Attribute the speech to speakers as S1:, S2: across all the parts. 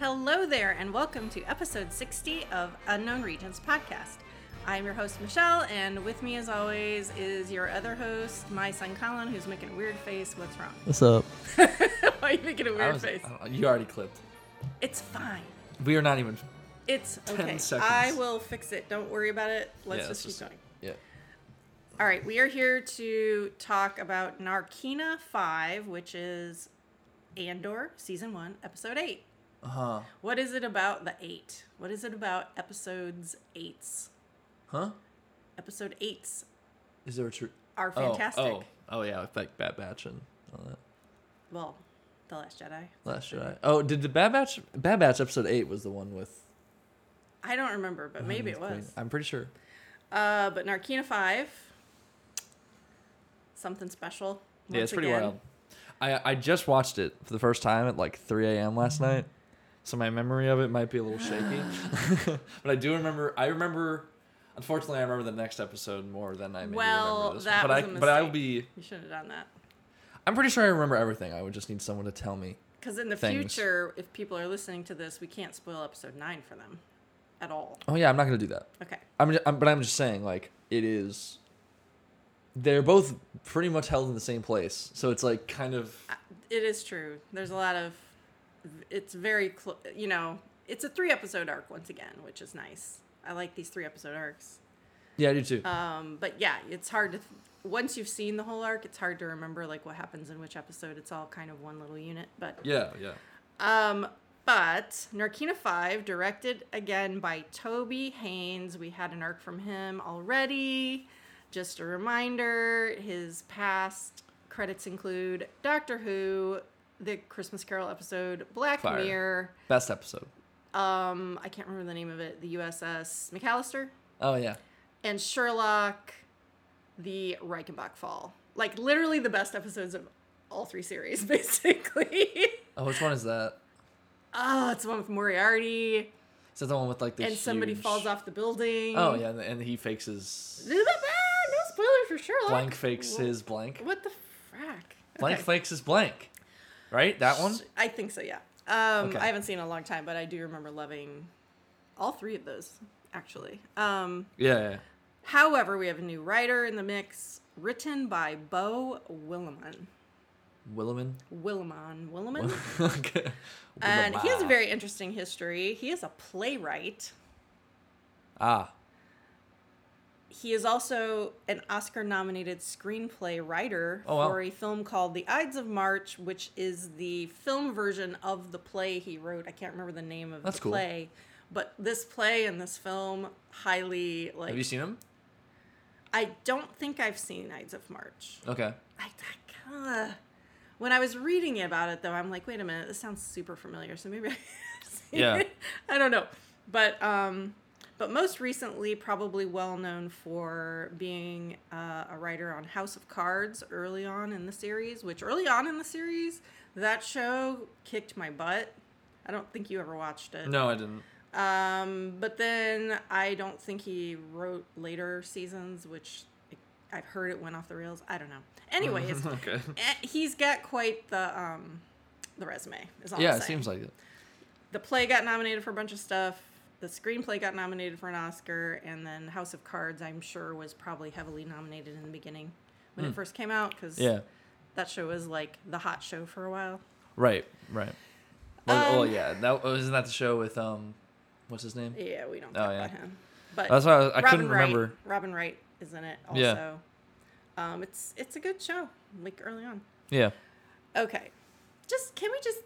S1: Hello there, and welcome to episode 60 of Unknown Regions podcast. I'm your host, Michelle, and with me, as always, is your other host, my son Colin, who's making a weird face. What's wrong?
S2: What's up?
S1: Why are you making a
S2: I
S1: weird
S2: was-
S1: face?
S2: I don't- you already clipped.
S1: It's fine.
S2: We are not even.
S1: It's okay.
S2: seconds.
S1: I will fix it. Don't worry about it. Let's just
S2: Yeah, let's
S1: keep
S2: just-
S1: going.
S2: Yeah.
S1: All right, we are here to talk about Narkina 5, which is Andor season 1, episode 8.
S2: Uh huh.
S1: What is it about the 8? What is it about episodes 8s?
S2: Huh?
S1: Episode 8s
S2: Is there a true?
S1: are fantastic.
S2: Oh, oh, oh yeah. With like Bad Batch and all that.
S1: Well, The Last Jedi.
S2: Last Jedi. Oh, did the Bad Batch? Bad Batch episode eight was the one with.
S1: I don't remember,
S2: Oh,
S1: but maybe it was.
S2: I'm pretty sure.
S1: Uh, but Narkina 5, something special.
S2: yeah,
S1: once
S2: it's pretty
S1: again.
S2: wild. I I just watched it for the first time at like 3 a.m. last
S1: Mm-hmm.
S2: night, so my memory of it might be a little shaky. but I do remember. I remember. Unfortunately, I remember the next episode more than I maybe
S1: Well,
S2: remember this
S1: that was
S2: one. But I
S1: a
S2: but I will
S1: mistake.
S2: be.
S1: You shouldn't have done that.
S2: I'm pretty sure I remember everything. I would just need someone to tell me.
S1: Because in the
S2: things.
S1: future, if people are listening to this, we can't spoil episode 9 for them at all.
S2: Oh yeah, I'm not gonna do that.
S1: Okay.
S2: I'm, ju- I'm but I'm just saying like it is. They're both pretty much held in the same place, so it's like kind of
S1: I- It is true. There's a lot of. It's very, clo- you know, it's a three episode arc once again, which is nice. I like these three episode arcs.
S2: yeah, I do too.
S1: Um, but yeah, it's hard to. once you've seen the whole arc, it's hard to remember like what happens in which episode. It's all kind of one little unit. But
S2: yeah, yeah.
S1: um, but Narkina Five, directed again by Toby Haynes. We had an arc from him already. Just a reminder: his past credits include Doctor Who, the Christmas Carol episode, Black
S2: Fire.
S1: Mirror.
S2: Best episode.
S1: Um, I can't remember the name of it. The USS McAllister
S2: Oh yeah,
S1: and Sherlock, the Reichenbach Fall. Like literally the best episodes of all three series, basically.
S2: Oh, which one is that?
S1: oh, it's the one with Moriarty
S2: Is that the one with like the
S1: and somebody
S2: huge-
S1: falls off the building.
S2: Oh yeah, and, and he fakes his
S1: No spoiler for Sherlock.
S2: blank fakes
S1: Wh-
S2: his blank
S1: What the frack?
S2: blank
S1: Okay.
S2: fakes his blank, right? That one.
S1: I think so, yeah. Um,
S2: Okay.
S1: I haven't seen it in a long time, but I do remember loving all three of those, actually. Um,
S2: Yeah, yeah, yeah.
S1: however, we have a new writer in the mix, written by Bo Willimon.
S2: Williman.
S1: Willimon. Willimon?
S2: okay.
S1: Uh, And he has a
S2: Williman.
S1: very interesting history. He is a playwright.
S2: ah.
S1: He is also an Oscar nominated screenplay writer
S2: Oh, wow.
S1: for a film called The Ides of March, which is the film version of the play he wrote. I can't remember the name of
S2: That's
S1: the
S2: cool.
S1: play. But this play and this film highly like
S2: Have you seen him?
S1: I don't think I've seen Ides of March.
S2: Okay.
S1: I, I kinda, when I was reading about it though, I'm like, wait a minute, this sounds super familiar. So maybe I have seen
S2: Yeah.
S1: it. I don't know. But um but most recently probably well known for being uh, a writer on House of Cards early on in the series, which early on in the series, that show kicked my butt. I don't think you ever watched it.
S2: No, I didn't.
S1: Um, but then I don't think he wrote later seasons, which I've heard it went off the rails. I don't know. Anyways,
S2: okay.
S1: Eh, he's got quite the um the resume is all
S2: Yeah,
S1: I'm
S2: it
S1: saying.
S2: seems like it.
S1: the play got nominated for a bunch of stuff the screenplay got nominated for an oscar and then house of cards i'm sure was probably heavily nominated in the beginning when it first came out because
S2: Hmm. Yeah.
S1: that show was like the hot show for a while
S2: Right. Right. Well,
S1: Um,
S2: well, yeah. That wasn't that the show with um, what's his name?
S1: yeah we don't
S2: Oh,
S1: talk
S2: yeah.
S1: about him but
S2: That's why I, was- I
S1: robin
S2: couldn't
S1: wright,
S2: remember.
S1: robin wright is in it also
S2: Yeah.
S1: um it's it's a good show like early on
S2: Yeah.
S1: okay just can we just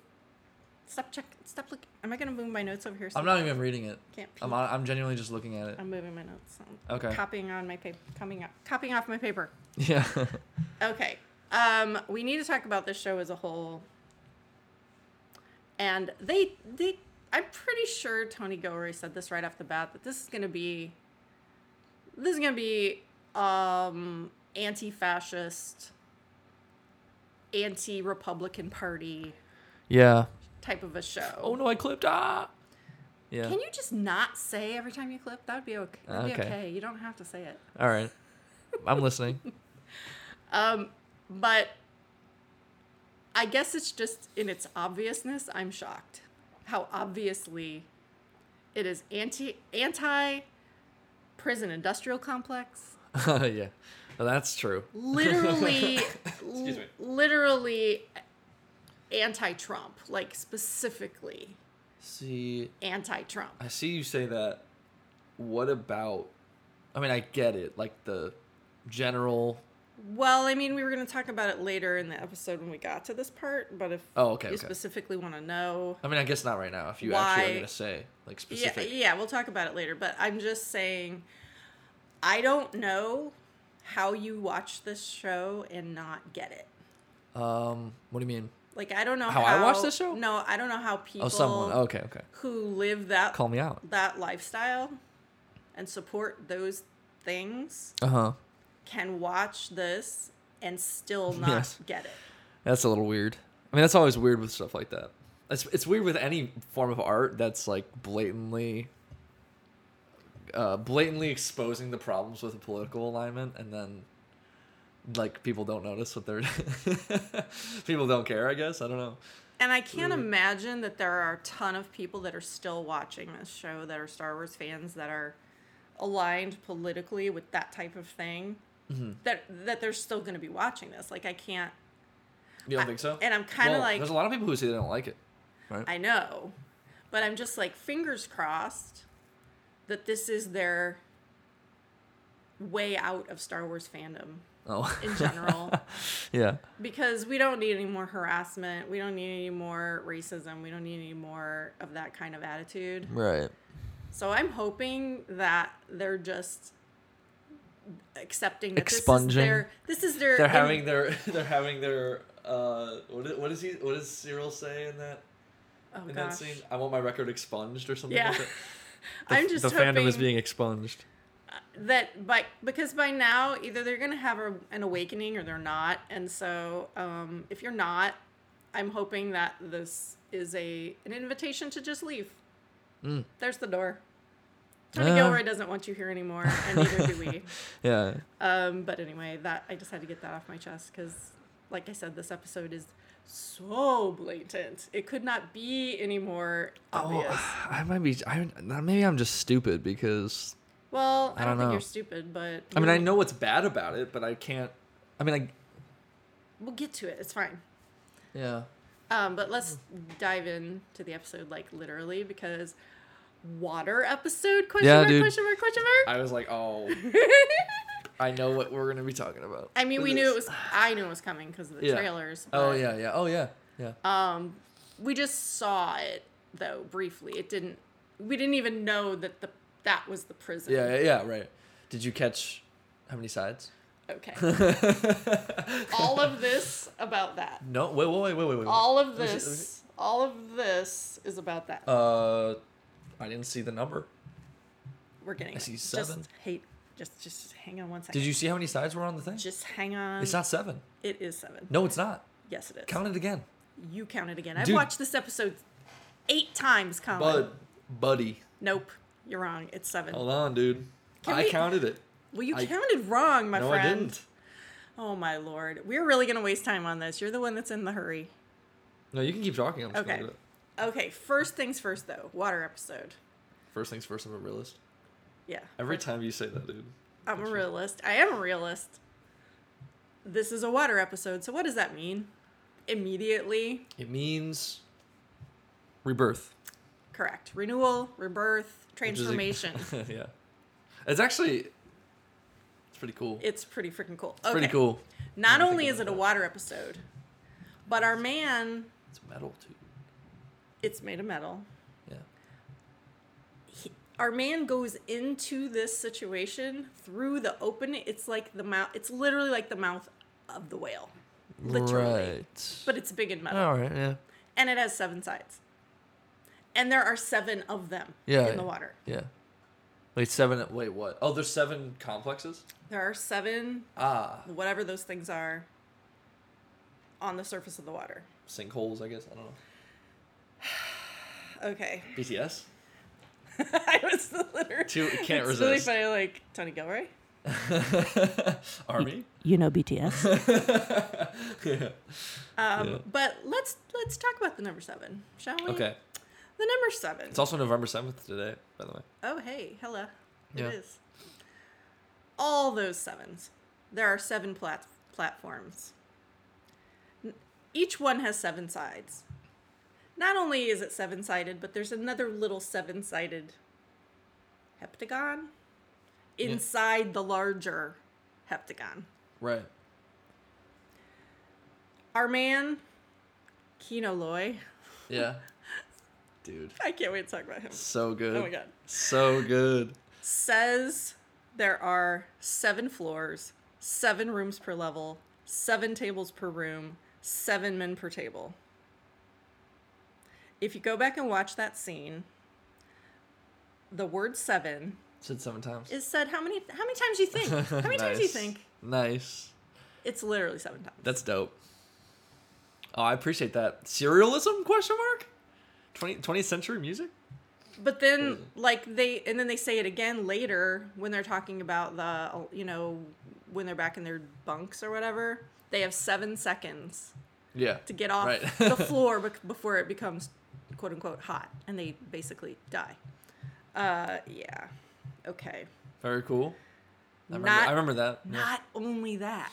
S1: stop check stop look am i gonna move my notes over here so
S2: I'm not even reading it.
S1: I can't
S2: I'm on, I'm genuinely just looking at it.
S1: I'm moving my notes. I'm
S2: Okay.
S1: Copying on my paper. Coming up. Copying off my paper.
S2: Yeah.
S1: Okay. Um, we need to talk about this show as a whole. And they they I'm pretty sure Tony Gilroy said this right off the bat that this is gonna be this is gonna be um anti-fascist, anti-Republican Party
S2: yeah.
S1: type of a show.
S2: Oh no, I clipped. Ah. Yeah.
S1: Can you just not say every time you clip? That would be okay. That'd be
S2: Okay.
S1: okay. You don't have to say it.
S2: All right. I'm listening.
S1: Um, but I guess it's just in its obviousness, I'm shocked how obviously it is anti anti prison industrial complex.
S2: yeah, Well, that's true.
S1: Literally,
S2: Excuse me.
S1: literally anti-Trump, like specifically
S2: See,
S1: anti-Trump.
S2: I see you say that. What about? I mean, I get it. Like the general.
S1: Well, I mean, we were going to talk about it later in the episode when we got to this part, but if
S2: Oh, okay,
S1: you
S2: okay.
S1: specifically want to know,
S2: I mean, I guess not right now. If you actually
S1: Why-
S2: are gonna say like
S1: yeah,
S2: specific.
S1: yeah, we'll talk about it later. But I'm just saying, I don't know how you watch this show and not get it.
S2: Um, what do you mean?
S1: Like, I don't know
S2: How I watch this show?
S1: No, I don't know how people
S2: Oh, someone. Okay, okay.
S1: who live that
S2: Call me out.
S1: that lifestyle and support those things
S2: Uh huh.
S1: can watch this and still not
S2: Yes.
S1: get it.
S2: That's a little weird. I mean, that's always weird with stuff like that. It's it's weird with any form of art that's like blatantly, uh, blatantly exposing the problems with a political alignment, and then, like, people don't notice what they're, people don't care. I guess I don't know.
S1: And I can't imagine that there are a ton of people that are still watching this show that are Star Wars fans that are aligned politically with that type of thing. That that they're still going to be watching this. Like I can't.
S2: You don't think so?
S1: and I'm kinda
S2: Well,
S1: like-
S2: there's a lot of people who say they don't like it.
S1: I know, but I'm just like fingers crossed that this is their way out of Star Wars fandom
S2: Oh,
S1: in general.
S2: yeah.
S1: because we don't need any more harassment. We don't need any more racism. We don't need any more of that kind of attitude.
S2: Right.
S1: So I'm hoping that they're just accepting that this is
S2: Expunging.
S1: their this is their
S2: They're
S1: in-
S2: having their they're having their uh what is, what is he what does Cyril say in that
S1: oh
S2: in
S1: gosh.
S2: that scene? I want my record expunged or something
S1: Yeah.
S2: like that.
S1: I'm just
S2: the
S1: hoping
S2: fandom is being expunged.
S1: that by because by now either they're gonna have a, an awakening or they're not. And so um, if you're not, I'm hoping that this is a an invitation to just leave.
S2: Hmm.
S1: There's the door. Tony
S2: Ah.
S1: Gilroy doesn't want you here anymore, and neither do we.
S2: Yeah.
S1: Um, but anyway, that I just had to get that off my chest because, like I said, this episode is so blatant. It could not be any more obvious.
S2: Oh, I might be. I maybe I'm just stupid because
S1: well, I
S2: I
S1: don't,
S2: don't
S1: think
S2: know.
S1: you're stupid, but
S2: I mean I
S1: we'll-
S2: know what's bad about it, but I can't. I mean I
S1: we'll get to it. It's fine.
S2: yeah.
S1: Um, but let's
S2: Mm.
S1: dive in to the episode like literally because water episode question
S2: Yeah,
S1: mark
S2: dude.
S1: question mark question mark.
S2: I was like oh I know what we're gonna be talking about.
S1: I mean,
S2: with
S1: we knew
S2: this.
S1: it was. I knew it was coming because of the
S2: Yeah.
S1: trailers. but
S2: Oh
S1: Um,
S2: yeah yeah oh yeah yeah.
S1: We just saw it though briefly. It didn't. We didn't even know that the that was the prison.
S2: yeah yeah yeah right. Did you catch how many sides?
S1: Okay. all of this about that.
S2: No, wait, wait, wait, wait, wait, wait.
S1: All of
S2: Let me see, let me see.
S1: this. All of this is about that.
S2: Uh, I didn't see the number.
S1: We're getting.
S2: see
S1: it.
S2: seven.
S1: Just hate. Just just hang on one second.
S2: Did you see how many sides were on the thing?
S1: Just hang on.
S2: It's not seven.
S1: It is seven.
S2: No, it's not.
S1: Yes, it is.
S2: Count it again.
S1: You count it again. I've
S2: Dude.
S1: watched this episode eight times, Colin.
S2: Bud, buddy,
S1: Nope. You're wrong. It's seven.
S2: hold on, dude.
S1: Can
S2: I
S1: we-
S2: counted it.
S1: well, you
S2: Oh, I-
S1: counted wrong, my
S2: no,
S1: friend.
S2: I didn't.
S1: Oh my lord. We're really gonna waste time on this. You're the one that's in the hurry.
S2: No, you can keep talking. I'm just
S1: Okay.
S2: gonna do it.
S1: Okay. First things first, though. Water episode.
S2: First things first. I'm a realist.
S1: Yeah.
S2: Every time you say that, dude.
S1: I'm a realist. I am a realist. This is a water episode, so what does that mean? Immediately,
S2: It means rebirth.
S1: correct. Renewal, rebirth,
S2: which is a-
S1: transformation.
S2: yeah. It's actually. It's pretty cool.
S1: it's pretty freaking cool.
S2: It's pretty
S1: Okay.
S2: cool.
S1: Not
S2: I think
S1: only
S2: I
S1: is
S2: know
S1: it a
S2: that.
S1: water episode, but our man,
S2: It's metal too.
S1: it's made of metal.
S2: Yeah.
S1: He, our man goes into this situation through the open. It's like the mouth. It's literally like the mouth of the whale, literally.
S2: Right.
S1: But it's big and metal.
S2: All right. Yeah.
S1: and it has seven sides. And there are seven of them
S2: Yeah,
S1: in the
S2: yeah.
S1: water.
S2: Yeah. Wait, seven. Wait, what? Oh, there's seven complexes.
S1: There are seven,
S2: Ah,
S1: whatever those things are, on the surface of the water.
S2: sinkholes. I guess I don't know.
S1: Okay,
S2: BTS.
S1: I was literally
S2: Two- can't
S1: it's really
S2: resist.
S1: funny, like Tony Gilroy.
S2: Army.
S1: You know BTS.
S2: yeah.
S1: um,
S2: Yeah.
S1: But let's let's talk about the number seven, shall we?
S2: Okay.
S1: The number seven.
S2: It's also November 7th today, by the way.
S1: Oh, hey, hello.
S2: Yeah.
S1: It is. All those sevens. There are seven plat- platforms. N- Each one has seven sides. Not only is it seven sided, but there's another little seven sided heptagon
S2: Yeah.
S1: inside the larger heptagon.
S2: Right.
S1: Our man, Kino Loy.
S2: Yeah. Dude.
S1: I can't wait to talk about him.
S2: So good.
S1: Oh my God.
S2: So good.
S1: says there are seven floors, seven rooms per level, seven tables per room, seven men per table. If you go back and watch that scene, the word seven
S2: Said seven times.
S1: is said how many how many times do you think? How many times do you
S2: Nice.
S1: think?
S2: Nice.
S1: It's literally seven times.
S2: That's dope. Oh, I appreciate that. Serialism question mark? 20, 20th century music?
S1: But then, like they, and then they say it again later when they're talking about the, you know, when they're back in their bunks or whatever. They have seven seconds
S2: Yeah.
S1: to get off
S2: Right.
S1: the floor bec- before it becomes quote unquote hot and they basically die. Uh, yeah. Okay.
S2: Very cool. I remember,
S1: Not-
S2: I remember that. Yeah.
S1: Not only that,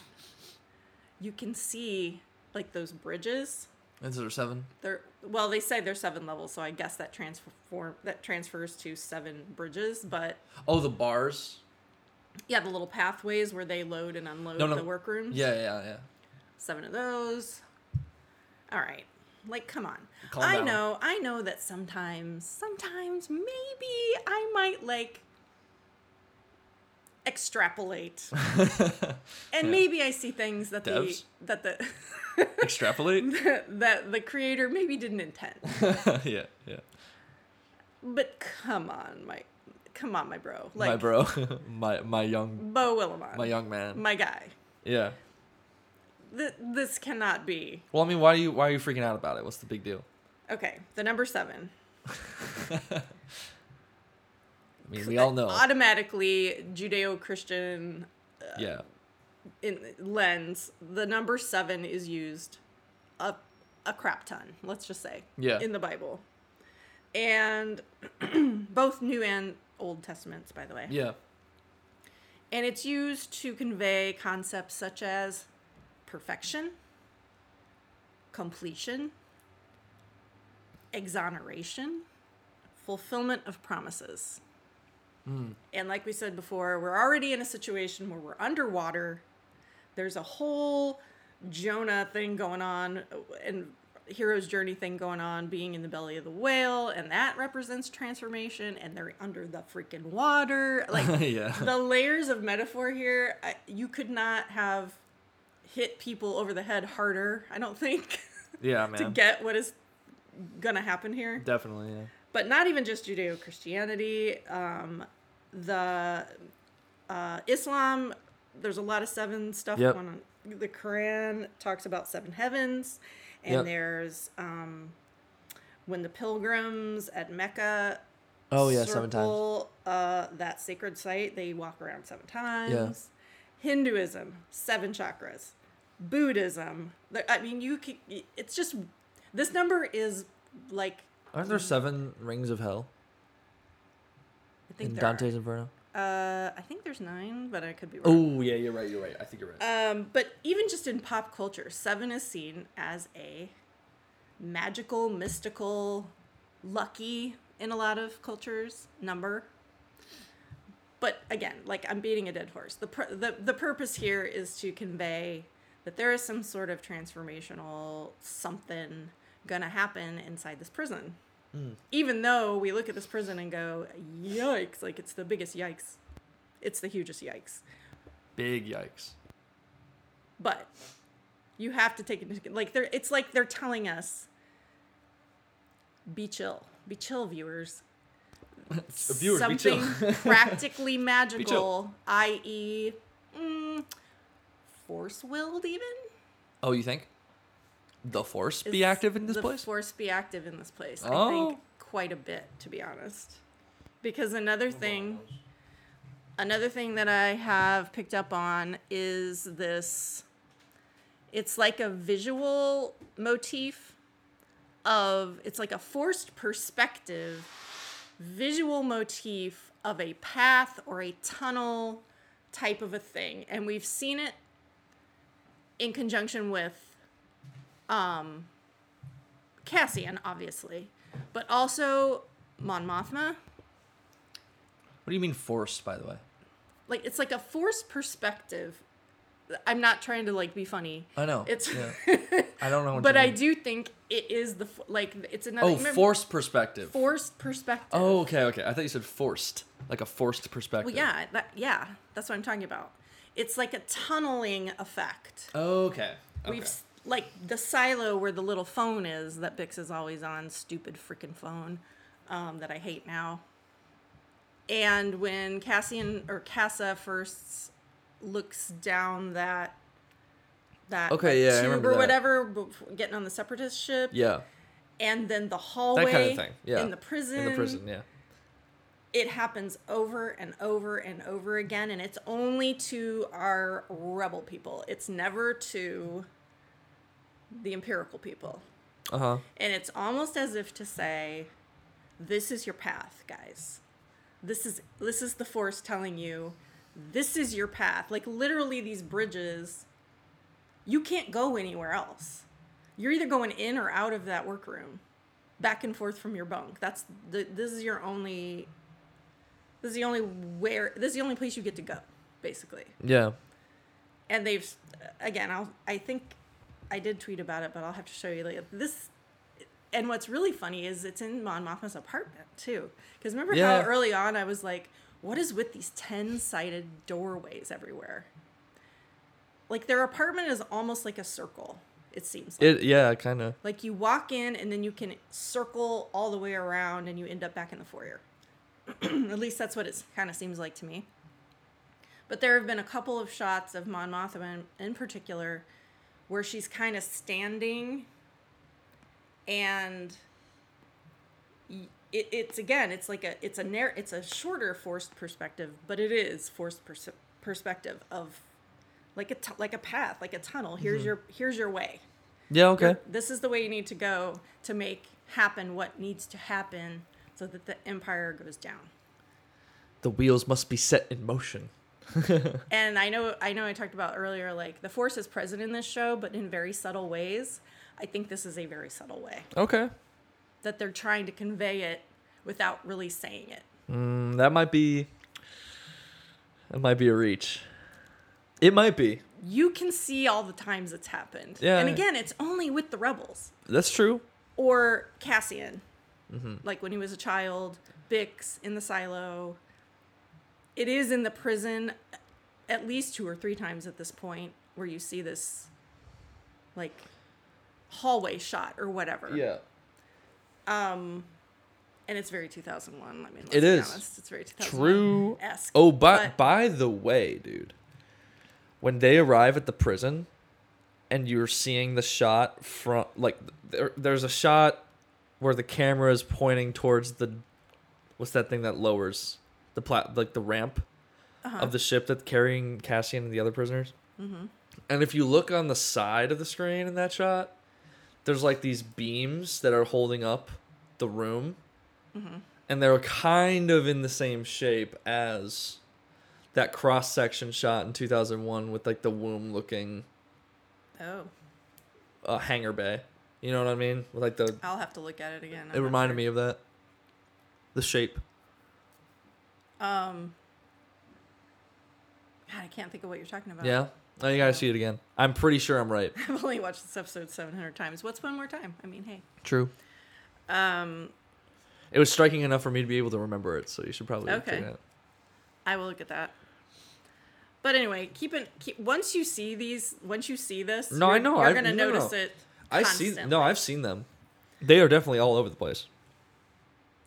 S1: you can see like those bridges.
S2: Those are seven.
S1: They're well, they say they're seven levels, so I guess that transform that transfers to seven bridges. But
S2: Oh, the bars?
S1: yeah, the little pathways where they load and unload
S2: No, no.
S1: the workrooms.
S2: Yeah, yeah, yeah.
S1: seven of those. All right. Like, come on.
S2: Calm
S1: I
S2: down.
S1: know, I know that sometimes, sometimes maybe I might like extrapolate. and maybe I see things that
S2: Devs?
S1: the that the
S2: Extrapolate?
S1: that the creator maybe didn't intend.
S2: yeah, yeah.
S1: But come on, my come on, my bro. Like
S2: my bro. my my young
S1: Bo Willimon.
S2: my young man.
S1: my guy.
S2: yeah.
S1: Th- this cannot be.
S2: Well, I mean, why are you why are you freaking out about it? What's the big deal?
S1: Okay, the number 7.
S2: I mean, we all know.
S1: automatically judeo-christian
S2: yeah.
S1: in lens the number seven is used a, a crap ton let's just say
S2: Yeah.
S1: in the bible and both new and old testaments by the way
S2: Yeah.
S1: and it's used to convey concepts such as perfection completion exoneration fulfillment of promises and like we said before we're already in a situation where we're underwater there's a whole jonah thing going on and hero's journey thing going on being in the belly of the whale and that represents transformation and they're under the freaking water like
S2: yeah.
S1: the layers of metaphor here I, you could not have hit people over the head harder i don't think
S2: Yeah,
S1: to
S2: man.
S1: get what is gonna happen here
S2: Definitely, yeah.
S1: but not even just judeo-christianity um, the uh, islam there's a lot of seven stuff
S2: Yep.
S1: going on the quran talks about seven heavens and
S2: Yep.
S1: there's um, when the pilgrims at mecca
S2: Oh yeah, seven times.
S1: circle, Uh, that sacred site, they walk around seven times. Hinduism, seven chakras. Buddhism. the- I mean, you can. It's just this number is like
S2: Aren't there seven rings of hell
S1: I think
S2: in
S1: there are.
S2: Dante's Inferno?
S1: Uh, I think there's nine, but I could be wrong.
S2: Oh yeah, you're right. You're right. I think you're right.
S1: Um, but even just in pop culture, seven is seen as a magical, mystical, lucky in a lot of cultures number. But again, like I'm beating a dead horse. The, pur- the the purpose here is to convey that there is some sort of transformational something gonna happen inside this prison. Even though we look at this prison and go, yikes, like it's the biggest yikes. It's the hugest yikes
S2: Big yikes.
S1: but you have to take it into like they're it's like they're telling us be chill be chill viewers
S2: viewers, be chill.
S1: something practically magical i.e mm, force willed even
S2: Oh, you think the force
S1: Is
S2: be active in this
S1: the
S2: place?
S1: force be active in this place i
S2: Oh.
S1: think quite a bit to be honest because another thing another thing that I have picked up on is this it's like a visual motif of it's like a forced perspective visual motif of a path or a tunnel type of a thing. And we've seen it in conjunction with um, Cassian, obviously, but also Mon Mothma.
S2: What do you mean forced, by the way?
S1: Like it's like a forced perspective. I'm not trying to like be funny.
S2: I know.
S1: It's
S2: yeah. I don't know what
S1: but
S2: you
S1: I
S2: mean.
S1: do think it is the f- like it's another
S2: Oh,
S1: remember-
S2: forced perspective.
S1: forced perspective.
S2: Oh, okay, okay. I thought you said forced, like a forced perspective.
S1: well, yeah, that, yeah, that's what I'm talking about. It's like a tunneling effect.
S2: Oh, Okay.
S1: We've
S2: okay.
S1: s- like the silo where the little phone is that Bix is always on, stupid freaking phone um, that I hate now. And when Cassian or Cassa first looks down that that
S2: Okay,
S1: like,
S2: yeah, I
S1: tube
S2: remember
S1: or
S2: that.
S1: whatever, bef- getting on the separatist ship,
S2: Yeah.
S1: and then the hallway
S2: That kind of thing. Yeah.
S1: in the prison,
S2: In the prison, yeah.
S1: it happens over and over and over again and it's only to our rebel people it's never to the empirical people
S2: Uh huh.
S1: and it's almost as if to say this is your path guys this is this is the force telling you this is your path like literally these bridges you can't go anywhere else you're either going in or out of that workroom back and forth from your bunk that's the, this is your only this is the only where this is the only place you get to go basically
S2: Yeah.
S1: and they've again I'll, i think i did tweet about it but i'll have to show you later this and what's really funny is it's in mon mothma's apartment too because remember
S2: Yeah.
S1: how early on i was like what is with these 10 sided doorways everywhere like their apartment is almost like a circle it seems like.
S2: It. Yeah. Kind of.
S1: like you walk in and then you can circle all the way around and you end up back in the foyer at least that's what it kind of seems like to me. But there have been a couple of shots of Mon Mothma in, in particular where she's kind of standing and y- it, it's again it's like a it's a narr- it's a shorter forced perspective but it is forced pers- perspective of like a tu- like a path like a tunnel here's your here's your way
S2: Yeah. Okay.
S1: this is the way you need to go to make happen what needs to happen so that the empire goes down
S2: The wheels must be set in motion.
S1: and I know I know I talked about earlier like the force is present in this show but in very subtle ways. I think this is a very subtle way
S2: Okay.
S1: that they're trying to convey it without really saying it.
S2: Mm, that might be. That might be a reach. It might be.
S1: You can see all the times it's happened.
S2: Yeah,
S1: and
S2: yeah.
S1: again, it's only with the rebels
S2: That's true.
S1: or Cassian. Like when he was a child, Bix in the silo. It is in the prison at least two or three times at this point where you see this like hallway shot or whatever. and it's very 2001. I mean, let's
S2: It
S1: be
S2: is.
S1: honest, it's very 2001.
S2: True.
S1: Esque,
S2: Oh, by
S1: but-
S2: by the way, dude, when they arrive at the prison, and you're seeing the shot from like there, there's a shot where the camera is pointing towards the what's that thing that lowers the plat like the ramp of the ship that's carrying Cassian and the other prisoners. And if you look on the side of the screen in that shot, there's like these beams that are holding up the room and they're kind of in the same shape as that cross section shot in 2001 with like the womb looking
S1: Oh,
S2: uh, hangar bay. You know what I mean? With like the
S1: I'll have to look at it again.
S2: it reminded me of that. The shape.
S1: Um, God, I can't think of what you're talking about.
S2: Yeah. Now you gotta see it again. I'm pretty sure I'm right.
S1: I've only watched this episode 700 times. What's one more time? I mean, hey.
S2: True.
S1: Um,
S2: It was striking enough for me to be able to remember it, so you should probably
S1: Okay.
S2: check it out.
S1: I will look at that. But anyway, keep it. Keep, once you see these, once you see this,
S2: No, I
S1: you're-
S2: know,
S1: You're
S2: I-
S1: gonna
S2: no, no.
S1: notice it.
S2: I see
S1: constantly.
S2: no, I've seen them. They are definitely all over the place.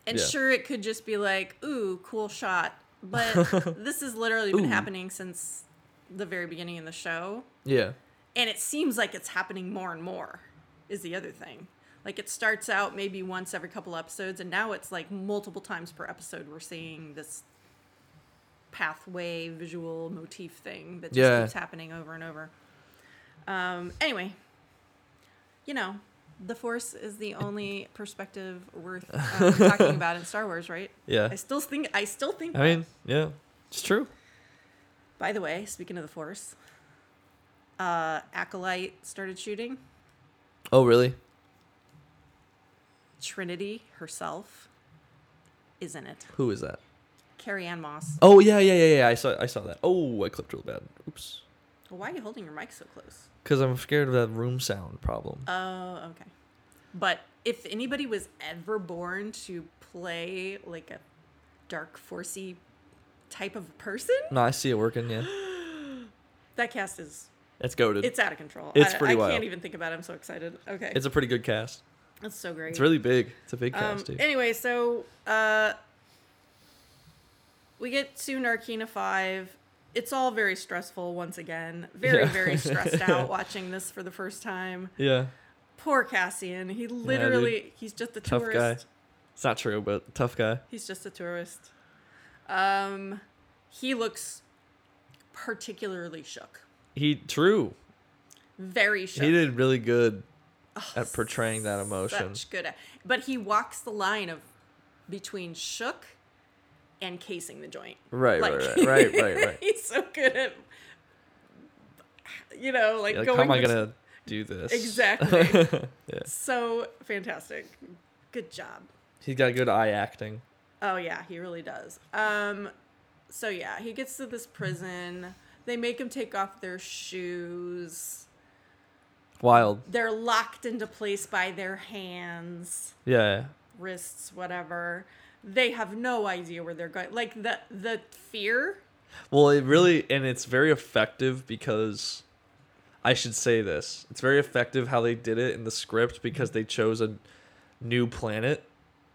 S1: And
S2: Yeah.
S1: sure, it could just be like, ooh, cool shot. But this has literally been
S2: Ooh.
S1: happening since the very beginning of the show.
S2: Yeah.
S1: And it seems like it's happening more and more, is the other thing. Like it starts out maybe once every couple episodes, and now it's like multiple times per episode we're seeing this pathway visual motif thing that just
S2: Yeah.
S1: keeps happening over and over. Um, anyway, you know, the Force is the only perspective worth um, talking about in Star Wars, right?
S2: Yeah.
S1: I still think. I still think.
S2: I mean, yeah, it's true.
S1: By the way, speaking of the Force, uh, Acolyte started shooting.
S2: Oh, really?
S1: Trinity herself is in it.
S2: Who is that?
S1: Carrie Ann Moss.
S2: Oh, yeah, yeah, yeah, yeah. I saw, I saw that. Oh, I clipped real bad. Oops.
S1: Why are you holding your mic so close?
S2: Because I'm scared of that room sound problem.
S1: Oh, okay. But if anybody was ever born to play like a dark, forcey type of person,
S2: No, I see it working. Yeah,
S1: that cast is
S2: it's goaded. It's,
S1: it's out of control.
S2: It's
S1: I,
S2: pretty
S1: I
S2: wild.
S1: can't even think about it. I'm so excited. Okay.
S2: a pretty good cast.
S1: That's so great.
S2: It's really big. It's a big
S1: um,
S2: cast. dude.
S1: anyway, so uh we get to Narkina 5. It's all very stressful once again. Very,
S2: Yeah.
S1: very stressed out watching this for the first time.
S2: yeah,
S1: Poor Cassian. He literally he's just a
S2: tough
S1: tourist.
S2: guy. It's not true, but tough guy.
S1: He's just a tourist. Um, he looks particularly shook.
S2: He true.
S1: Very shook.
S2: He did really good at portraying that emotion.
S1: Oh, Such good. But he walks the line of between shook and casing the joint.
S2: Right,
S1: Like-
S2: right, right, right, right, right.
S1: he's so good at, you know, like,
S2: You're like,
S1: going.
S2: how am I
S1: bet-
S2: gonna do this?
S1: Exactly.
S2: yeah,
S1: So fantastic. Good job.
S2: he's got good eye acting.
S1: Oh yeah, he really does. Um, so yeah, he gets to this prison. They make him take off their shoes.
S2: Wild.
S1: They're locked into place by their hands,
S2: Yeah,
S1: wrists, whatever. They have no idea where they're going. Like the the fear.
S2: Well, it really and it's very effective because I should say this. It's very effective how they did it in the script because they chose a new planet.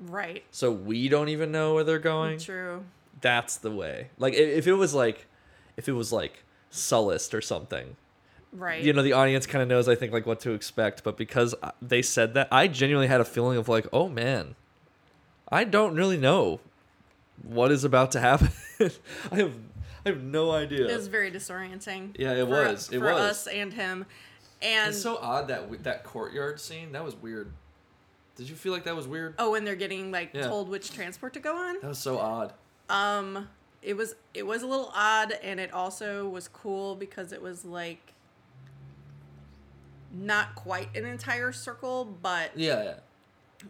S1: Right.
S2: So we don't even know where they're going.
S1: True.
S2: That's the way. Like i- if it was like if it was like Sullust or something.
S1: Right.
S2: You know, the audience kind of knows I think like what to expect, but because I- they said that, I genuinely had a feeling of like, "Oh man. I don't really know what is about to happen." I have I have no idea.
S1: It was very disorienting.
S2: Yeah, it
S1: for-
S2: was. It
S1: for
S2: was.
S1: us and him. And
S2: It's so odd that w- that courtyard scene. That was weird. Did you feel like that was weird?
S1: oh, and they're getting like
S2: Yeah.
S1: told which transport to go on.
S2: That was so odd.
S1: Um, it was it was a little odd, and it also was cool because it was like not quite an entire circle, but
S2: Yeah, yeah.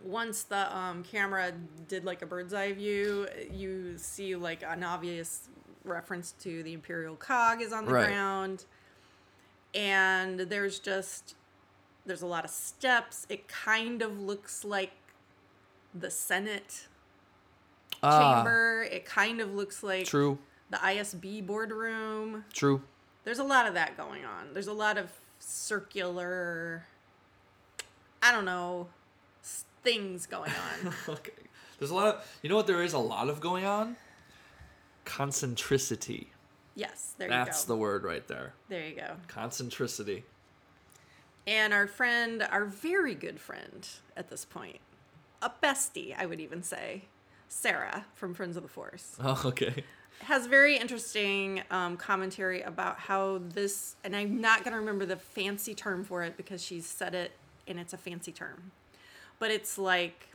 S1: once the um, camera did like a bird's eye view, you see like an obvious reference to the Imperial cog is on the
S2: Right.
S1: ground, and there's just there's a lot of steps. It kind of looks like the Senate chamber. It kind of looks like
S2: Ah. True.
S1: the ISB boardroom.
S2: True.
S1: There's a lot of that going on. There's a lot of circular, I don't know, s- things going on.
S2: okay. There's a lot of. You know what? There is a lot of going on. Concentricity.
S1: yes, there
S2: That's
S1: you
S2: the
S1: go.
S2: word right there.
S1: there you go.
S2: Concentricity.
S1: And our friend, our very good friend at this point, a bestie, I would even say, Sarah from Friends of the Force,
S2: Oh, okay.
S1: has very interesting um, commentary about how this, and I'm not going to remember the fancy term for it because she's said it and it's a fancy term, but it's like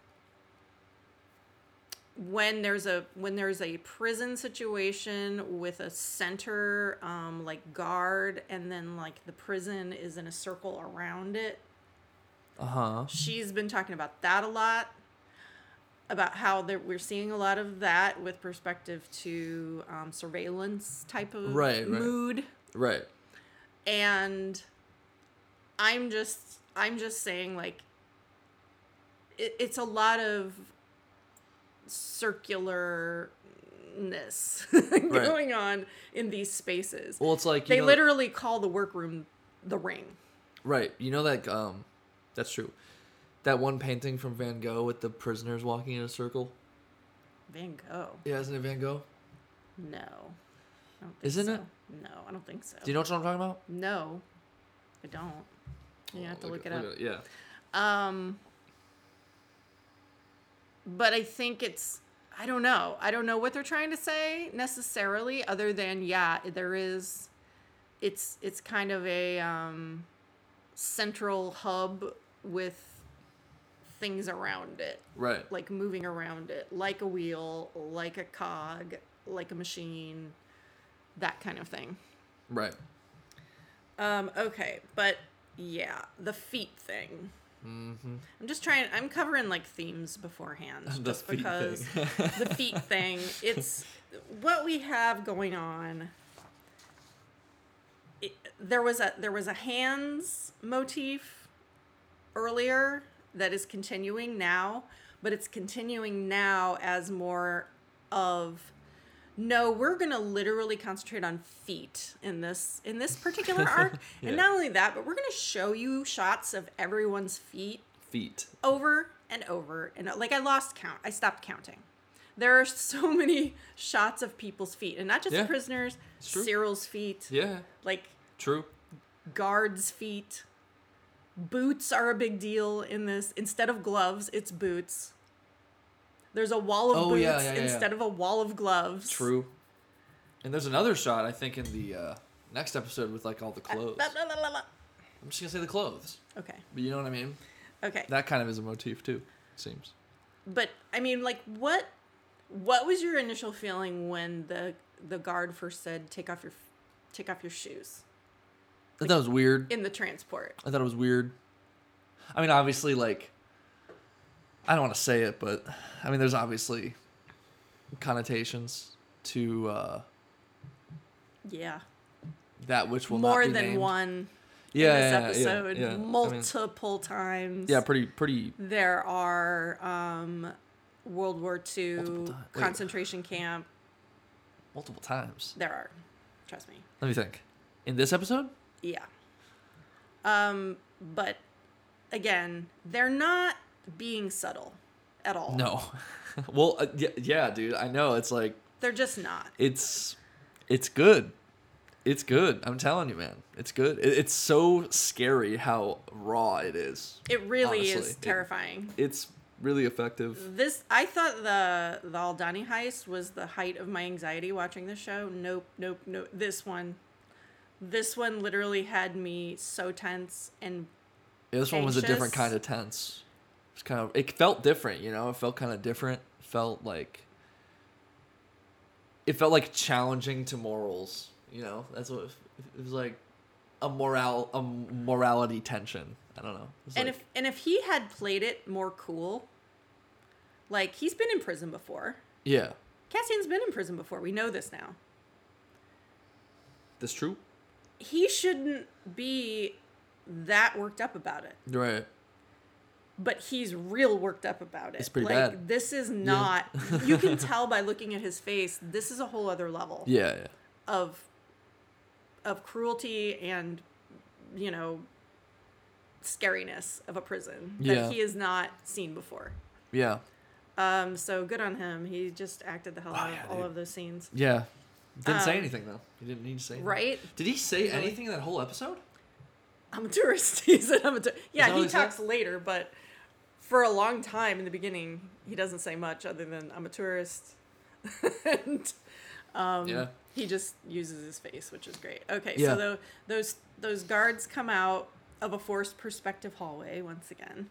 S1: when there's a when there's a prison situation with a center um, like guard and then like the prison is in a circle around it
S2: Uh huh.
S1: she's been talking about that a lot about how that we're seeing a lot of that with perspective to um, surveillance type of
S2: Right, right.
S1: mood
S2: Right.
S1: and i'm just i'm just saying like it, it's a lot of circularness going on in these spaces
S2: Well, it's like you
S1: they
S2: know-
S1: literally call the workroom the ring
S2: Right. You know that. Um, that's true. That one painting from Van Gogh with the prisoners walking in a circle.
S1: van gogh
S2: Yeah, isn't it Van Gogh?
S1: No. I don't think
S2: Isn't
S1: so.
S2: it?
S1: No, I don't think so.
S2: Do you know what I'm talking about?
S1: no, I don't. You have to look, it up.
S2: yeah.
S1: Um, but I think it's. I don't know. I don't know what they're trying to say necessarily, other than yeah, there is. It's it's kind of a um, central hub with things around it,
S2: Right.
S1: like moving around it, like a wheel, like a cog, like a machine, that kind of thing.
S2: Right.
S1: Um, okay, but yeah, the feet thing. Mm-hmm. I'm just trying. I'm covering like themes beforehand,
S2: The
S1: just
S2: feet
S1: because
S2: thing.
S1: the feet thing. It's what we have going on. It, there was a there was a hands motif earlier that is continuing now, but it's continuing now as more of no, we're going to literally concentrate on feet in this in this particular arc.
S2: Yeah.
S1: And not only that, but we're going to show you shots of everyone's feet
S2: Feet. over
S1: over and over and uh, like I lost count. I stopped counting. There are so many shots of people's feet, and not just
S2: Yeah.
S1: prisoners,
S2: true.
S1: Cyril's feet,
S2: Yeah.
S1: like
S2: True.
S1: guards' feet. Boots are a big deal in this. Instead of gloves, it's boots. There's a wall of
S2: Oh,
S1: boots
S2: yeah, yeah, yeah, yeah.
S1: instead of a wall of gloves.
S2: True. And there's another shot I think in the uh, next episode with like all the clothes.
S1: La, la, la, la, la.
S2: I'm just gonna say the clothes,
S1: Okay.
S2: but you know what I mean.
S1: Okay.
S2: That kind of is a motif too. It seems.
S1: but I mean, like, what what was your initial feeling when the the guard first said, "Take off your f- take off your shoes"
S2: I thought it was weird.
S1: in the transport?
S2: I thought it was weird. I mean, obviously, like, I don't want to say it, but I mean, there's obviously connotations to uh,
S1: Yeah,
S2: that which will
S1: more
S2: not be
S1: than
S2: named.
S1: one in
S2: Yeah,
S1: this
S2: yeah, yeah,
S1: episode,
S2: yeah, yeah. I mean,
S1: multiple times.
S2: yeah, pretty, pretty.
S1: there are um, World War
S2: Multiple
S1: II
S2: time- wait.
S1: concentration camp.
S2: multiple times.
S1: There are, trust me.
S2: Let me think. In this episode,
S1: Yeah. Um, but again, they're not being subtle at all.
S2: no. well, uh, yeah, yeah, dude. I know it's like
S1: They're just not.
S2: it's it's good. It's good. I'm telling you, man. It's good. It, it's so scary how raw it is.
S1: It really
S2: honestly.
S1: is
S2: It-
S1: terrifying.
S2: It's really effective.
S1: this I thought the the Aldani heist was the height of my anxiety watching the show. Nope, nope, nope. This one, this one literally had me so tense and
S2: Yeah, this one was a
S1: anxious.
S2: different kind of tense. It's kind of it felt different, you know. It felt kind of different. It felt like it felt like challenging to morals. You know, that's what it, it was like. A moral, a morality tension. I don't know. It's
S1: and
S2: like-
S1: if and if he had played it more cool, like he's been in prison before.
S2: yeah,
S1: Cassian's been in prison before. We know this now.
S2: that's true.
S1: He shouldn't be that worked up about it.
S2: Right.
S1: but he's real worked up about it.
S2: It's pretty
S1: like,
S2: bad.
S1: This is not. you can tell by looking at his face. This is a whole other level
S2: Yeah. yeah.
S1: of of cruelty and you know scariness of a prison
S2: Yeah.
S1: that he has not seen before.
S2: Yeah.
S1: Um, so good on him. He just acted the hell out
S2: Oh, yeah,
S1: of all
S2: dude.
S1: of those scenes,
S2: Yeah. Didn't say
S1: Um,
S2: anything though. He didn't need to say. anything.
S1: right?
S2: Did he say anything that whole episode?
S1: I'm a tourist. He said, "I'm a tourist."
S2: that
S1: Yeah,
S2: what
S1: he
S2: he said?
S1: talks later, but for a long time in the beginning, he doesn't say much other than "I'm a tourist," and um,
S2: yeah.
S1: he just uses his face, which is great. Okay,
S2: Yeah.
S1: so tho- those those guards come out of a forced perspective hallway once again.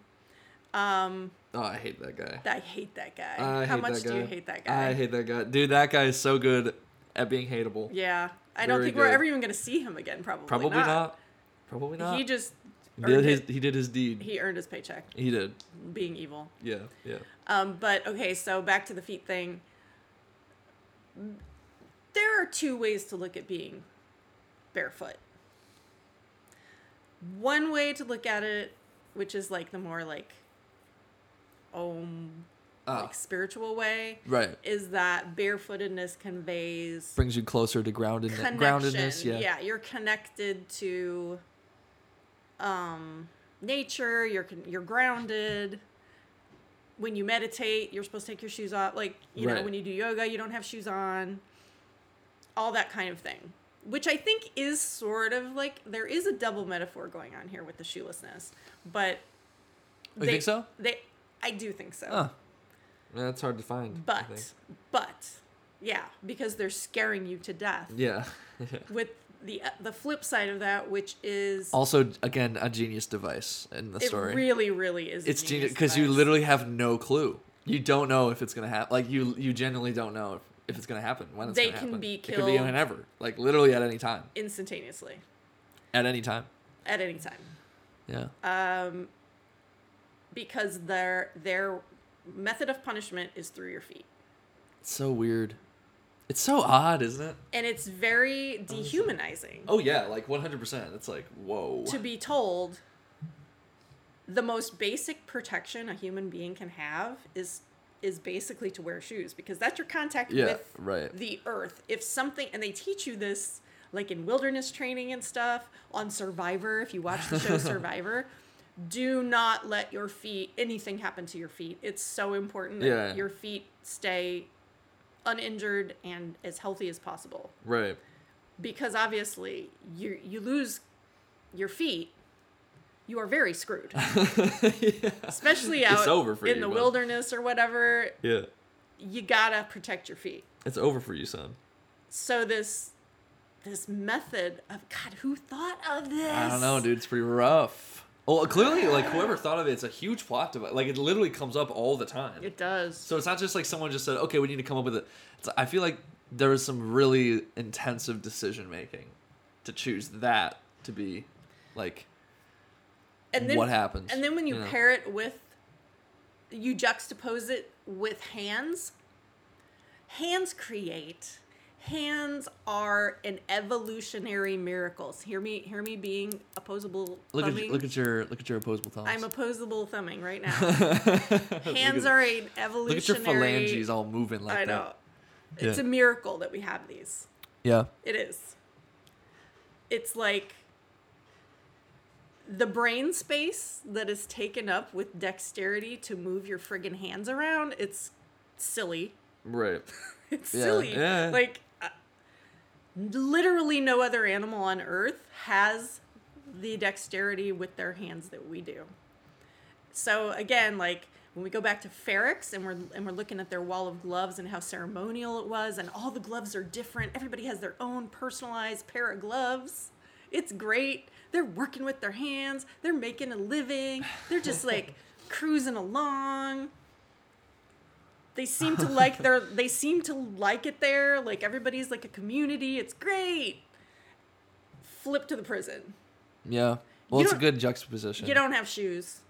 S1: Um,
S2: Oh, I hate that guy.
S1: I hate that guy.
S2: I
S1: How
S2: hate
S1: much
S2: that
S1: do you
S2: guy.
S1: hate that guy?
S2: I hate that guy. Dude, that guy is so good at being hateable.
S1: yeah, I don't
S2: Very
S1: think
S2: good.
S1: we're ever even gonna see him again. Probably
S2: Probably not.
S1: not.
S2: Probably not.
S1: He just
S2: He
S1: earned
S2: did his,
S1: it.
S2: he did his deed. He,
S1: he earned his paycheck
S2: did.
S1: being evil.
S2: Yeah, yeah.
S1: Um, but okay, so back to the feet thing. There are two ways to look at being barefoot. One way to look at it, which is like the more like um
S2: Ah,
S1: like spiritual way,
S2: right.
S1: is that barefootedness conveys
S2: Brings you closer to grounded
S1: connection.
S2: groundedness. Yeah.
S1: you're connected to um, nature. You're con- you're grounded. When you meditate, you're supposed to take your shoes off. Like you know,
S2: Right.
S1: when you do yoga, you don't have shoes on. All that kind of thing, which I think is sort of like there is a double metaphor going on here with the shoelessness, but
S2: Oh, you think so?
S1: They, I do think so.
S2: Huh. Yeah, that's hard to find. I think.
S1: But but yeah, because they're scaring you to death
S2: Yeah.
S1: with the uh, the flip side of that, which is
S2: Also, again, a genius device in the
S1: it
S2: story.
S1: really, really is. a
S2: it's genius because you
S1: device.
S2: literally have no clue. You don't know if it's gonna happen. Like you, you generally don't know if, if it's gonna happen. When it's
S1: They
S2: gonna
S1: can
S2: happen.
S1: be
S2: It could be
S1: killed.
S2: whenever. Like literally at any time.
S1: instantaneously
S2: At any time.
S1: at any time.
S2: Yeah.
S1: Uh, because their their method of punishment is through your feet
S2: it's so weird. It's so odd, isn't it?
S1: and it's very dehumanizing
S2: Oh yeah, like one hundred percent. It's like whoa.
S1: to be told the most basic protection a human being can have is is basically to wear shoes because that's your contact
S2: Yeah,
S1: with
S2: right.
S1: the earth if something and they teach you this like in wilderness training and stuff on survivor if you watch the show survivor do not let your feet anything happen to your feet it's so important that
S2: Yeah.
S1: your feet stay uninjured and as healthy as possible
S2: Right.
S1: because obviously you you lose your feet, you are very screwed. Especially out
S2: over for
S1: in
S2: you,
S1: the
S2: bud.
S1: wilderness or whatever,
S2: Yeah.
S1: you gotta protect your feet.
S2: It's over for you, son.
S1: So this this method of God, who thought of this?
S2: I don't know, dude. It's pretty rough. Well, clearly, like whoever thought of it, it's a huge plot device. Like it literally comes up all the time.
S1: It does.
S2: So it's not just like someone just said, okay, we need to come up with it. It's, I feel like there was some really intensive decision making to choose that to be like
S1: And then
S2: what happens,
S1: And then when you
S2: you know?
S1: pair it with you juxtapose it with hands, hands create. Hands are an evolutionary miracle. Hear me hear me being opposable
S2: look at
S1: thumbing.
S2: look at your look at your opposable thumbs.
S1: I'm opposable thumbing right now. Hands are an evolutionary
S2: Look at your phalanges all moving like
S1: I
S2: that.
S1: know. It's
S2: Yeah.
S1: a miracle that we have these.
S2: Yeah.
S1: It is. It's like the brain space that is taken up with dexterity to move your friggin' hands around. It's silly.
S2: Right.
S1: It's
S2: Yeah,
S1: silly.
S2: yeah.
S1: Like, uh, literally, no other animal on earth has the dexterity with their hands that we do. So again, like when we go back to Ferrex and we're and we're looking at their wall of gloves and how ceremonial it was, and all the gloves are different. Everybody has their own personalized pair of gloves. It's great. They're working with their hands. They're making a living. They're just like cruising along. They seem to like their they seem to like it there. Like everybody's like a community. It's great. Flip to the prison.
S2: Yeah. Well,
S1: You
S2: it's a
S1: don't-
S2: good juxtaposition.
S1: You don't have shoes.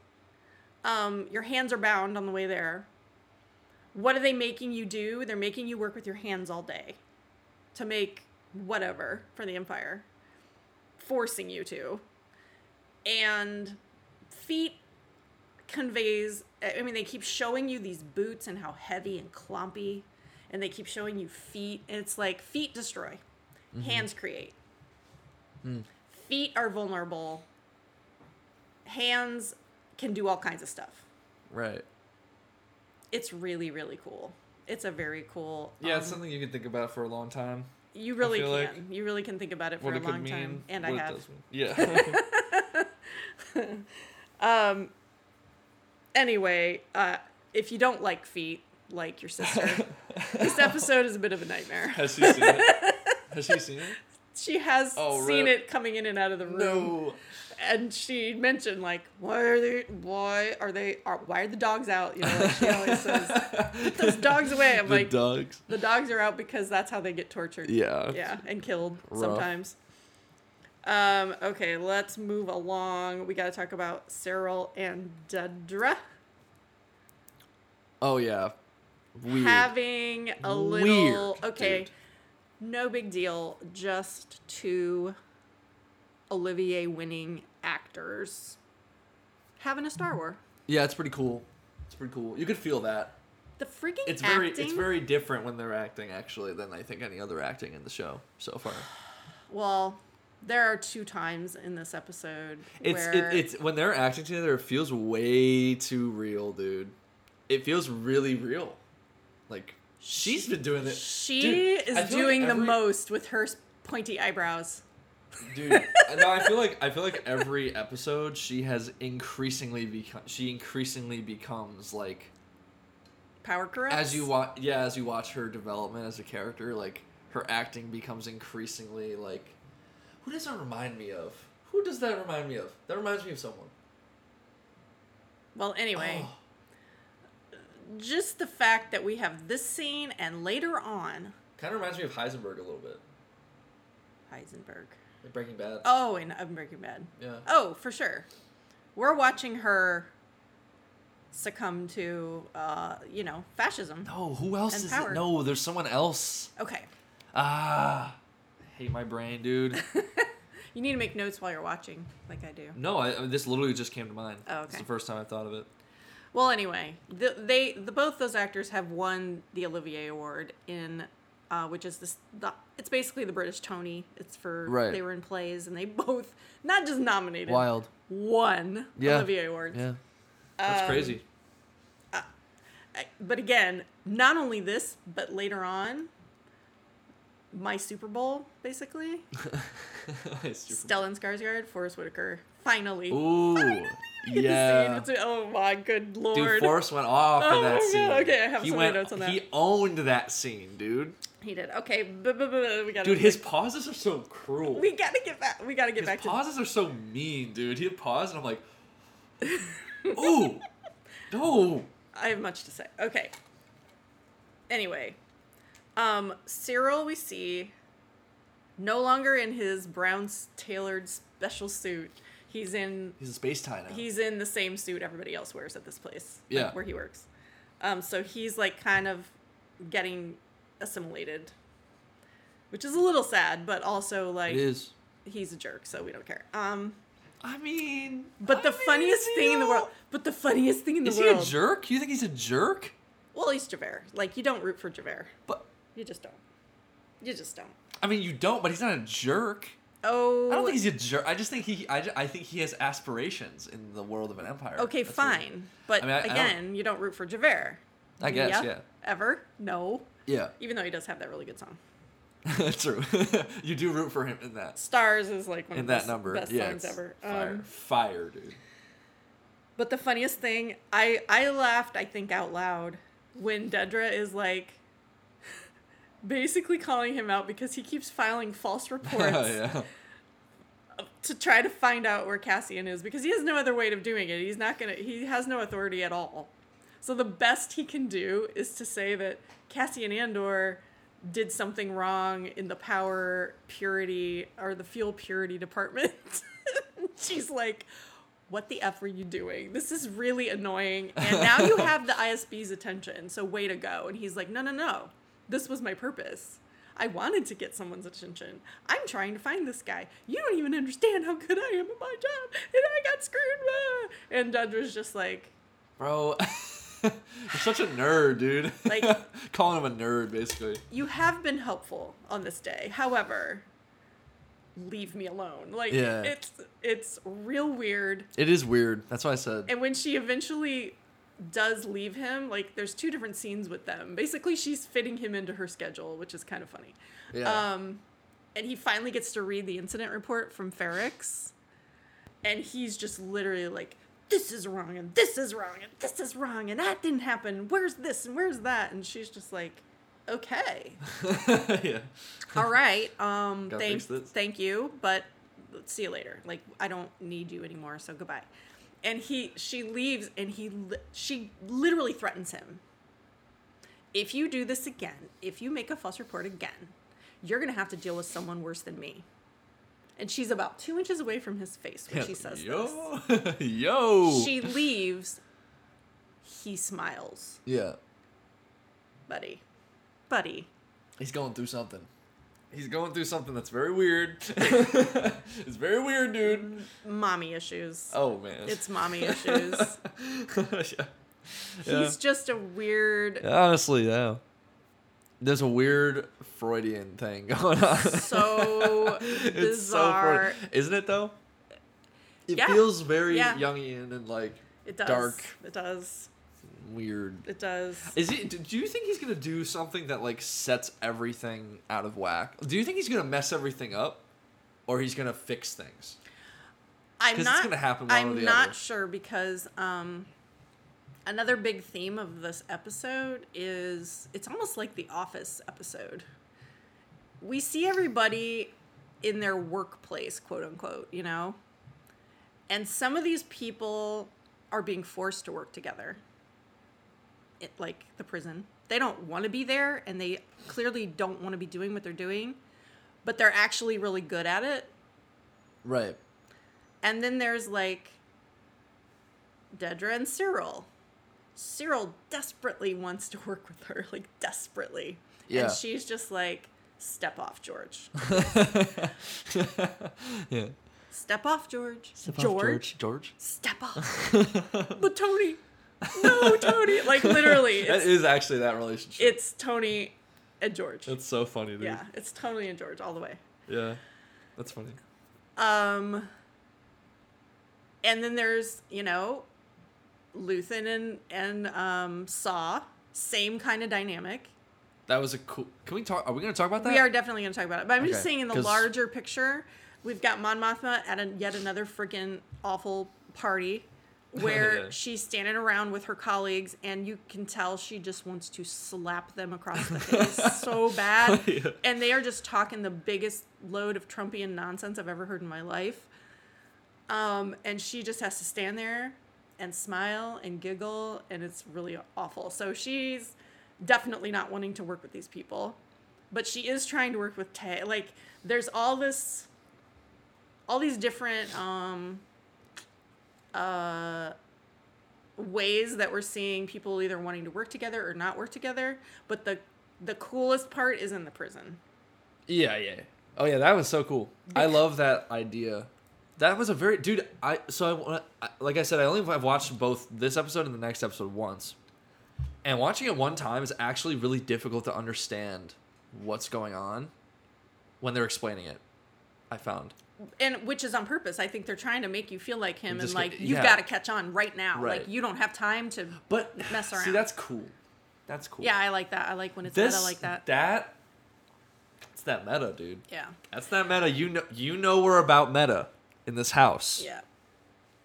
S1: Um, your hands are bound on the way there. What are they making you do? They're making you work with your hands all day to make whatever for the empire, forcing you to. And feet conveys, I mean, they keep showing you these boots and how heavy and clumpy, and they keep showing you feet. And it's like feet destroy, hands create. Feet are vulnerable, hands can do all kinds of stuff.
S2: Right.
S1: It's really, really cool. It's a very cool.
S2: Yeah, it's
S1: um,
S2: something you can think about for a long time.
S1: you really can.
S2: feel like
S1: you really can think about it for
S2: what
S1: a
S2: it could
S1: long
S2: mean.
S1: time, and I
S2: what
S1: have.
S2: it does mean. Yeah.
S1: Anyway, uh, if you don't like feet, like your sister, this episode is a bit of a nightmare.
S2: Has she seen it? Has she seen it?
S1: She has
S2: Oh,
S1: seen
S2: rip.
S1: it coming in and out of the room, and she mentioned like, "Why are they? Why are they? Are, why are the dogs out?" You know, like she always says, "Get those dogs away." I'm
S2: The
S1: like,
S2: dogs.
S1: "The dogs are out because that's how they get tortured."
S2: Yeah.
S1: yeah, and killed
S2: Rough.
S1: sometimes. Um, okay, let's move along. We got to talk about Cyril and Dedra
S2: Oh yeah. Weird.
S1: having a
S2: Hmm. Weird,
S1: little. Okay,
S2: dude.
S1: no big deal. Just two Olivier winning actors having a Star War.
S2: Yeah, it's pretty cool. It's pretty cool. You could feel that.
S1: The freaking
S2: It's
S1: acting.
S2: very it's very different when they're acting actually than I think any other acting in the show so far.
S1: well, there are two times in this episode
S2: It's
S1: where
S2: it, it's when they're acting together it feels way too real, dude. It feels really real. Like she's been doing it.
S1: she
S2: Dude, I
S1: is
S2: feel like
S1: doing the
S2: every-
S1: most with her s- pointy eyebrows.
S2: Dude, no, I feel like I feel like every episode she has increasingly become she increasingly becomes like
S1: power corrupts.
S2: as you watch yeah as you watch her development as a character like her acting becomes increasingly like Who does that remind me of? Who does that remind me of? That reminds me of someone.
S1: Well, anyway,
S2: Oh,
S1: just the fact that we have this scene and later on
S2: kind of reminds me of Heisenberg a little bit.
S1: Heisenberg.
S2: Like Breaking Bad.
S1: Oh, and I'm Breaking Bad.
S2: yeah.
S1: Oh, for sure. We're watching her succumb to, uh, you know, fascism.
S2: No, who else
S1: And
S2: is
S1: power.
S2: it? No, there's someone else.
S1: Okay,
S2: Ah. I hate my brain, dude.
S1: you need to make notes while you're watching, like I do.
S2: no, I, I mean, this literally just came to mind.
S1: Oh,
S2: It's
S1: okay.
S2: the first time I thought of it.
S1: Well, anyway, the, they the both those actors have won the Olivier Award in, uh, which is this. The, it's basically the British Tony. It's for
S2: Right.
S1: they were in plays and they both not just nominated
S2: Wild.
S1: won
S2: Yeah.
S1: Olivier Award.
S2: Yeah. That's
S1: Um,
S2: crazy.
S1: I- But again, not only this, but later on, my Super Bowl basically
S2: Super-
S1: Stellan Skarsgård, Forrest Whitaker, finally.
S2: Ooh.
S1: Get to see
S2: Yeah.
S1: it. It's- oh my good
S2: Dude,
S1: lord!
S2: Forrest went off
S1: Oh
S2: in that
S1: my God,
S2: scene.
S1: okay, I have
S2: he
S1: so many
S2: went,
S1: notes on that.
S2: He owned that scene, dude.
S1: he did okay. bu- bu- bu- we got
S2: Dude, his pauses are so cruel.
S1: We gotta get back. We gotta get
S2: his
S1: back to
S2: pauses are so mean, dude. He'd pause, and I'm like, ooh, no.
S1: I have much to say. Okay. Anyway, um, Cyril we see no longer in his brown s- tailored special suit. He's in
S2: He's a space tie now.
S1: he's in the same suit everybody else wears at this place. like,
S2: Yeah.
S1: where he works. Um, so he's like kind of getting assimilated, which is a little sad, but also like
S2: it is.
S1: he's a jerk, so we don't care. Um,
S2: I mean,
S1: but the
S2: I mean,
S1: funniest
S2: you
S1: thing in the
S2: know-
S1: world. But the funniest thing in the
S2: Is
S1: world.
S2: he a jerk? You think he's a jerk?
S1: Well, he's Javert. Like you don't root for Javert.
S2: But
S1: You just don't. You just don't.
S2: I mean, you don't. But he's not a jerk.
S1: Oh.
S2: I don't think he's a jerk. I just think he. I, ju- I think he has aspirations in the world of an empire.
S1: okay,
S2: That's what-
S1: fine. But
S2: I mean, I- I don't-
S1: again, you don't root for Javert.
S2: I guess. Yeah.
S1: Ever? No.
S2: Yeah.
S1: Even though he does have that really good song.
S2: True. you do root for him in that.
S1: Stars is like one
S2: In
S1: of
S2: that
S1: the
S2: number.
S1: best
S2: yeah.
S1: songs
S2: it's
S1: ever.
S2: Fire.
S1: Um,
S2: fire, dude.
S1: but the funniest thing, I I laughed I think out loud when Dedra is like basically calling him out because he keeps filing false reports
S2: Oh, yeah.
S1: to try to find out where Cassian is because he has no other way of doing it. He's not gonna. He has no authority at all. So the best he can do is to say that Cassian Andor did something wrong in the power purity or the fuel purity department. She's like, "What the f were you doing? This is really annoying." And now you have the ISB's attention. So way to go. And he's like, "No, no, no. This was my purpose." I wanted to get someone's attention. I'm trying to find this guy. You don't even understand how good I am at my job, and I got screwed. ah." And Judge was just like,
S2: Bro, you're such a nerd, dude.
S1: Like-
S2: calling him a nerd, basically.
S1: "You have been helpful on this day. However, leave me alone." Like
S2: Yeah.
S1: it's it's real weird.
S2: It is weird. That's why I said.
S1: And when she eventually does leave him, like there's two different scenes with them. Basically, she's fitting him into her schedule, which is kind of funny.
S2: Yeah.
S1: Um, and he finally gets to read the incident report from Ferrex. And he's just literally like, this is wrong, and this is wrong, and this is wrong, and that didn't happen. Where's this, and where's that? And she's just like, okay.
S2: yeah.
S1: All right. Um,
S2: Gotta
S1: thank,
S2: fix this.
S1: thank you, but see you later. Like, I don't need you anymore, so goodbye. And he, she leaves, and he, li- she literally threatens him. If you do this again, if you make a false report again, you're gonna have to deal with someone worse than me. And she's about two inches away from his face when she says this.
S2: Yo. Yo.
S1: She leaves. He smiles,
S2: Yeah.
S1: buddy, buddy.
S2: He's going through something. He's going through something that's very weird. it's very weird, dude.
S1: Mommy issues.
S2: Oh man.
S1: It's mommy issues.
S2: yeah.
S1: He's just a weird,
S2: Honestly, yeah. There's a weird Freudian thing going on.
S1: so
S2: It's so
S1: bizarre.
S2: funny. isn't it though? It
S1: Yeah.
S2: feels very
S1: Yeah.
S2: Jungian and like
S1: it does.
S2: dark.
S1: It does.
S2: weird.
S1: It does.
S2: Is he? Do you think he's gonna do something that like sets everything out of whack? Do you think he's gonna mess everything up, or he's gonna fix things?
S1: I'm
S2: 'Cause it's
S1: not.
S2: gonna happen one
S1: I'm
S2: or the
S1: not
S2: other.
S1: sure because um, another big theme of this episode is it's almost like the Office episode. We see everybody in their workplace, quote unquote, you know? And some of these people are being forced to work together, it, like the prison. They don't want to be there and they clearly don't want to be doing what they're doing, but they're actually really good at it.
S2: Right.
S1: And then there's like Dedra and Cyril. Cyril desperately wants to work with her, like desperately.
S2: Yeah.
S1: And she's just like, step off, George.
S2: yeah.
S1: Step off, George. George.
S2: George.
S1: Step off. but Tony. No, Tony. Like literally.
S2: That
S1: It's,
S2: is actually that relationship.
S1: it's Tony and George.
S2: That's so funny, dude.
S1: yeah, it's Tony and George all the way.
S2: Yeah. That's funny.
S1: Um and then there's, you know, Luthen and and um Saw, same kind of dynamic.
S2: That was a cool. Can we talk? Are we gonna talk about that?
S1: We are definitely going to talk about it. But I'm just
S2: Okay,
S1: saying, in the
S2: 'cause-
S1: larger picture, we've got Mon Mothma at a, yet another freaking awful party where
S2: Yeah.
S1: she's standing around with her colleagues, and you can tell she just wants to slap them across the face so bad.
S2: Yeah.
S1: And they are just talking the biggest load of Trumpian nonsense I've ever heard in my life. Um, and she just has to stand there and smile and giggle, and it's really awful. So she's definitely not wanting to work with these people, but she is trying to work with Tay. Like, there's all this, all these different um, uh, ways that we're seeing people either wanting to work together or not work together. But the the coolest part is in the prison.
S2: Yeah, yeah. Oh yeah, that was so cool. I love that idea. That was a very dude. I so I wa- I like I said I only have watched both this episode and the next episode once, and watching it one time is actually really difficult to understand what's going on when they're explaining it. I found
S1: and which is on purpose. I think they're trying to make you feel like him, and
S2: Just
S1: like
S2: get-
S1: you've
S2: yeah.
S1: got to catch on right now.
S2: Right.
S1: Like you don't have time to.
S2: but
S1: Mess
S2: See,
S1: around.
S2: that's cool. That's cool.
S1: Yeah, I like that. I like when it's
S2: this
S1: meta like that.
S2: That it's that meta, dude.
S1: Yeah,
S2: That's that meta. You know, you know, we're about meta in this house
S1: yeah.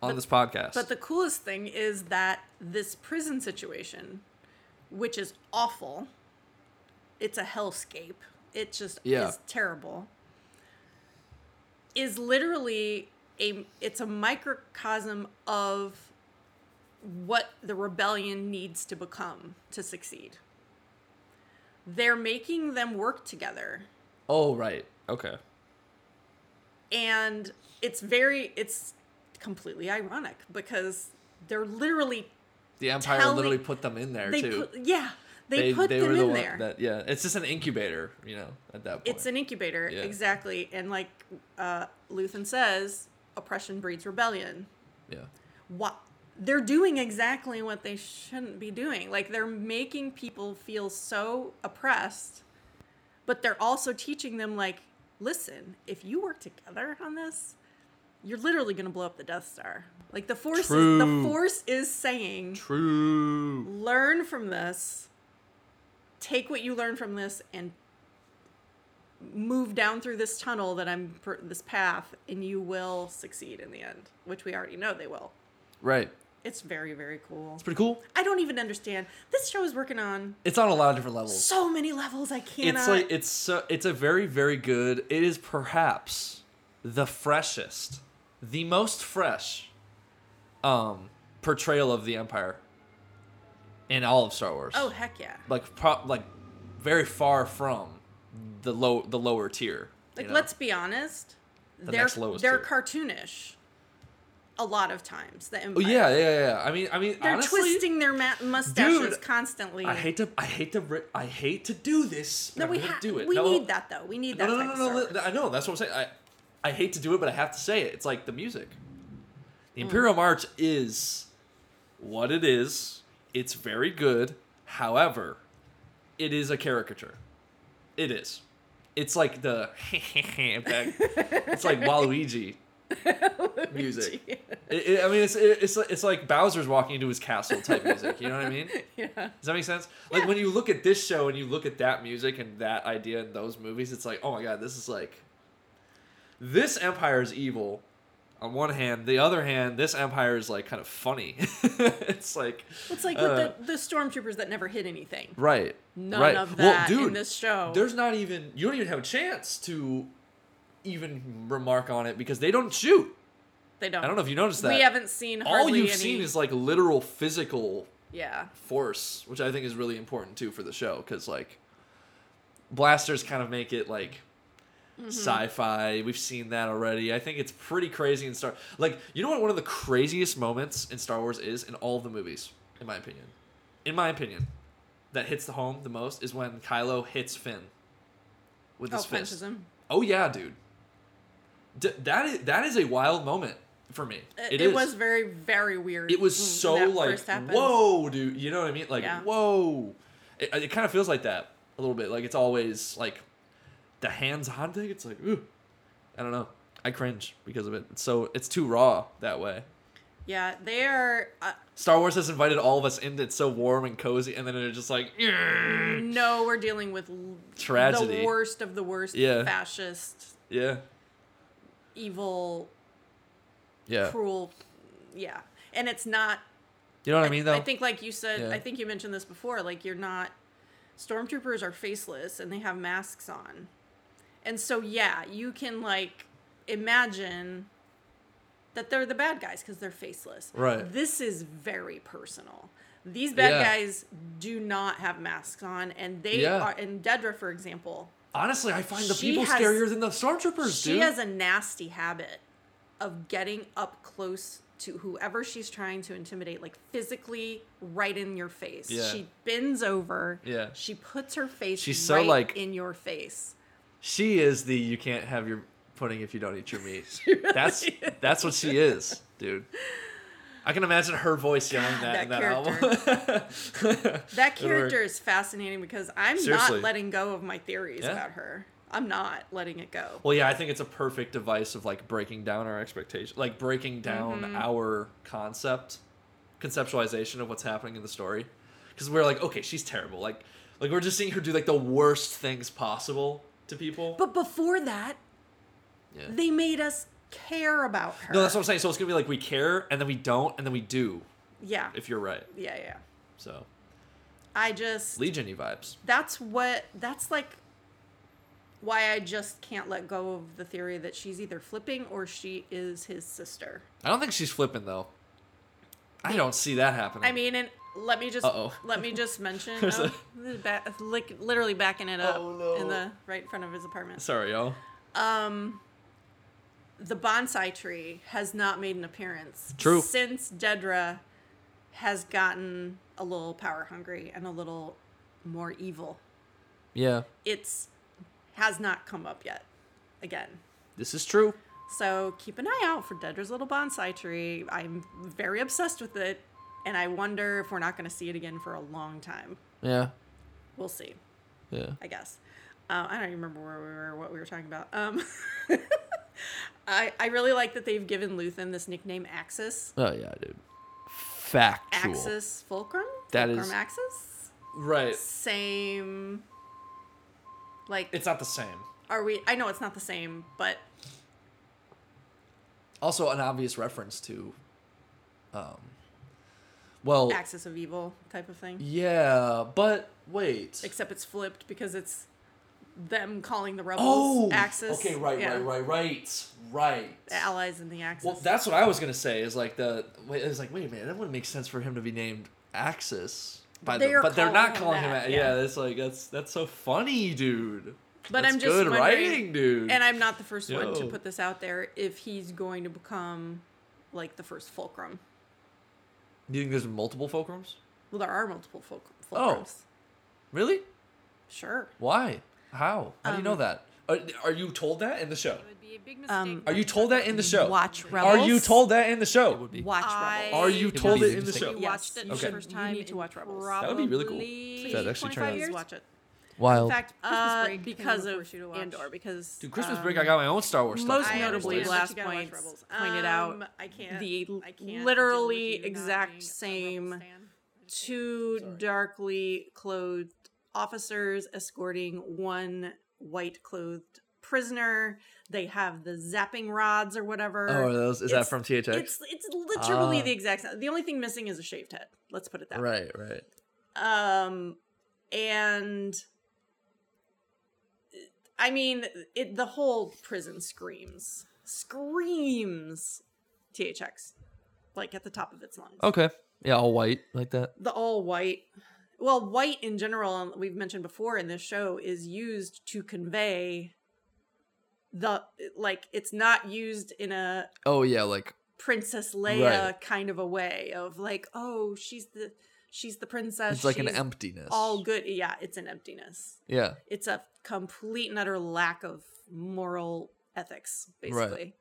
S2: on this podcast.
S1: But the coolest thing is that this prison situation, which is awful, it's a hellscape. It just
S2: Yeah.
S1: is terrible. Is literally a it's a microcosm of what the rebellion needs to become to succeed. They're making them work together
S2: oh right. Okay.
S1: and it's very it's completely ironic because they're literally
S2: The Empire
S1: Telling-
S2: literally put them in there
S1: they
S2: too.
S1: put, yeah they, put them in
S2: one
S1: there
S2: That, yeah, it's just an incubator, you know, at that point.
S1: it's an incubator
S2: Yeah.
S1: exactly and like uh, Luthen says oppression breeds rebellion
S2: yeah.
S1: what they're doing exactly what they shouldn't be doing like they're making people feel so oppressed but they're also teaching them like listen if you work together on this you're literally going to blow up the death star like the force is, the
S2: True.
S1: force is saying
S2: True.
S1: learn from this take what you learn from this and move down through this tunnel that i'm per- this path and you will succeed in the end which we already know they will
S2: Right.
S1: it's very, very cool.
S2: It's pretty cool.
S1: I don't even understand. This show is working on
S2: It's on a lot of different levels.
S1: so many levels. I cannot.
S2: it's like it's so it's a very very good. It is perhaps the freshest, the most fresh, um, portrayal of the Empire in all of Star Wars.
S1: oh heck yeah!
S2: like pro- like very far from the low the lower tier. you
S1: Like
S2: know?
S1: let's be honest, they're
S2: next lowest
S1: they're
S2: tier.
S1: cartoonish. A lot of times, the
S2: Oh
S1: Empire.
S2: yeah, yeah, yeah. I mean, I mean,
S1: they're
S2: honestly,
S1: twisting their ma- mustaches
S2: Dude,
S1: constantly.
S2: I hate to, I hate to, ri- I hate to do this. But
S1: no, we
S2: I'm gonna
S1: ha-
S2: do it.
S1: We
S2: No,
S1: need that though. We need
S2: No,
S1: that.
S2: no,
S1: type
S2: no,
S1: of
S2: no,
S1: Star
S2: no,
S1: Wars.
S2: I know. That's what I'm saying. I, I hate to do it, but I have to say it. It's like the music. The
S1: Mm.
S2: Imperial March is what it is. It's very good. However, it is a caricature. It is. It's like the back- it's like Waluigi music. It- it- I mean, it's it, it's like- it's like Bowser's walking into his castle type music. You know what I mean?
S1: yeah.
S2: Does that make sense? Like
S1: Yeah.
S2: when you look at this show and you look at that music and that idea and those movies, it's like, oh my god, this is like this empire is evil on one hand. The other hand, this empire is like kind of funny. it's like
S1: It's like
S2: uh,
S1: with the, the stormtroopers that never hit anything.
S2: right,
S1: None
S2: right.
S1: of
S2: Well,
S1: that
S2: dude,
S1: in this show.
S2: there's not even you don't even have a chance to even remark on it because they don't shoot.
S1: They don't.
S2: I don't know if you noticed that.
S1: We haven't seen
S2: All
S1: hardly
S2: you've
S1: any-
S2: seen is like literal physical
S1: yeah.
S2: force, which I think is really important too for the show because like blasters kind of make it like
S1: Mm-hmm.
S2: sci-fi. We've seen that already. I think it's pretty crazy in Star. Like you know what? One of the craziest moments in Star Wars is in all of the movies, in my opinion. In my opinion, that hits the home the most is when Kylo hits Finn with
S1: Oh,
S2: his fist.
S1: punches him.
S2: Oh yeah, dude. D- that is that is a wild moment for me.
S1: It,
S2: is.
S1: was very very weird.
S2: It was
S1: when
S2: so
S1: that
S2: like
S1: first happened.
S2: whoa, dude. You know what I mean? Like
S1: Yeah.
S2: whoa. It, it kind of feels like that a little bit. Like it's always like the hands on thing. It's like ooh, I don't know. I cringe because of it. It's so it's too raw that way.
S1: Yeah, they are. Uh,
S2: Star Wars has invited all of us in. It's so warm and cozy, and then they're just like, "Yeah."
S1: no, we're dealing with l-
S2: Tragedy.
S1: the worst of the worst.
S2: Yeah.
S1: fascist,
S2: yeah,
S1: evil,
S2: yeah.
S1: cruel. Yeah, and it's not.
S2: You know what I mean? Though
S1: I think, like you said,
S2: Yeah.
S1: I think you mentioned this before. Like you're not. Stormtroopers are faceless and they have masks on, and so yeah, you can like imagine that they're the bad guys because they're faceless.
S2: Right.
S1: This is very personal. These bad
S2: Yeah.
S1: guys do not have masks on, and they
S2: Yeah.
S1: are. And Dedra, for example,
S2: honestly, I find the
S1: She
S2: people
S1: has-
S2: scarier than the stormtroopers,
S1: she
S2: dude.
S1: has a nasty habit of getting up close to whoever she's trying to intimidate, like physically right in your face.
S2: Yeah.
S1: She bends over.
S2: Yeah.
S1: She puts her face
S2: She's so,
S1: right
S2: like-
S1: in your face.
S2: She is the you can't have your pudding if you don't eat your meat. that's that's what she is, dude. I can imagine her voice yelling that,
S1: God,
S2: in that album.
S1: That
S2: It'll work.
S1: character is fascinating because I'm
S2: Seriously.
S1: not letting go of my theories
S2: Yeah.
S1: about her. I'm not letting it go.
S2: well, yeah, I think it's a perfect device of like breaking down our expectation, like breaking down
S1: Mm-hmm.
S2: our concept, conceptualization of what's happening in the story. Because we're like, okay, she's terrible. Like, like we're just seeing her do like the worst things possible to people.
S1: But before that,
S2: Yeah.
S1: they made us care about her.
S2: No, that's what I'm saying. So it's gonna be like we care, and then we don't, and then we do.
S1: yeah.
S2: If you're right,
S1: yeah, yeah.
S2: so
S1: I just
S2: Legion y vibes.
S1: that's what that's like why I just can't let go of the theory that she's either flipping or she is his sister.
S2: I don't think she's flipping though. I don't see that happening.
S1: I mean, and let me just
S2: Uh-oh.
S1: let me just mention
S2: There's
S1: oh, this is ba- like literally backing it up
S2: Oh, no.
S1: in the right in front of his apartment.
S2: sorry, y'all.
S1: the bonsai tree has not made an appearance
S2: True.
S1: since Dedra has gotten a little power hungry and a little more evil.
S2: Yeah,
S1: It's has not come up yet again.
S2: this is true.
S1: So keep an eye out for Dedra's little bonsai tree. I'm very obsessed with it and I wonder if we're not going to see it again for a long time.
S2: Yeah,
S1: We'll see,
S2: yeah.
S1: I guess. Uh, I don't even remember where we were, what we were talking about. Um, I, I really like that they've given Luthen this nickname Axis.
S2: Oh yeah, dude. Factual.
S1: Axis Fulcrum?
S2: That
S1: Fulcrum
S2: is-
S1: Axis?
S2: Right.
S1: Same. Like,
S2: It's not the same.
S1: are we. I know it's not the same, but
S2: Also, an obvious reference to, um, well,
S1: Axis of Evil type of thing.
S2: yeah, but wait.
S1: Except it's flipped because it's them calling the rebels
S2: oh,
S1: Axis.
S2: Okay, right,
S1: Yeah.
S2: right, right, right, right.
S1: The allies in the Axis.
S2: Well, that's what I was gonna say. Is like the wait, it was like wait a minute, that wouldn't make sense for him to be named Axis. By
S1: They
S2: the,
S1: are
S2: but they're not
S1: calling
S2: calling
S1: him
S2: him.
S1: that,
S2: A- yeah. that's like that's that's so funny, dude.
S1: But
S2: That's
S1: I'm just
S2: good
S1: wondering-
S2: writing, dude.
S1: and I'm not the first one to
S2: Yo.
S1: put this out there if he's going to become like the first fulcrum.
S2: Do you think there's multiple fulcrums?
S1: Well, there are multiple fulc-
S2: Oh.
S1: fulcrums.
S2: Really?
S1: Sure.
S2: Why? How? How do you know that? Are, are you told that in the show?
S3: would be a big mistake.
S1: Um,
S2: Are you told that in the show?
S1: Watch
S2: Are
S1: Rebels.
S2: you told that in the show?
S1: Watch
S3: I-
S1: Rebels.
S2: Are you
S3: It would
S2: told
S4: be
S2: it in the
S4: interesting.
S2: show?
S3: you
S1: Yes,
S3: watched it
S1: you
S3: okay.
S1: should.
S3: the first
S1: You
S3: time.
S1: need to
S3: in
S1: watch Rebels.
S3: Probably
S1: That
S2: would be really cool.
S3: That
S2: That actually turned Oh. out-
S3: years.
S1: Please watch it.
S4: Wild.
S3: In fact, Christmas
S1: Uh,
S3: break came
S1: because
S3: before
S1: of
S3: you to watch.
S1: Andor. Because
S2: Dude, Christmas
S1: um,
S2: break, I got my own Star Wars stuff.
S1: most
S2: on.
S1: notably,
S3: understand.
S1: last
S3: But you gotta watch
S1: point
S3: Rebels.
S1: pointed out
S3: Um, I can't-
S1: the
S3: I can't
S1: literally
S3: deal with you not
S1: exact
S3: being a Rebel
S1: same-
S3: stan.
S1: two
S2: Sorry.
S1: darkly clothed officers escorting one white clothed prisoner. They have the zapping rods or whatever.
S2: Oh, are those is that
S1: It's-
S2: from THX?
S1: it's it's literally
S2: Ah.
S1: the exact same. The only thing missing is a shaved head. Let's put it that way.
S2: right, right.
S1: um and I mean, it, the whole prison screams, screams, THX, like at the top of its lungs.
S2: Okay. Yeah, all white like that.
S1: The all white, well, white in general, and we've mentioned before in this show, is used to convey the like. It's not used in a
S2: Oh yeah, like
S1: Princess Leia
S2: Right.
S1: kind of a way of like, oh, she's the she's the princess.
S2: it's like an
S1: she's
S2: emptiness.
S1: all good. Yeah, it's an emptiness.
S2: yeah.
S1: It's a complete and utter lack of moral ethics, basically.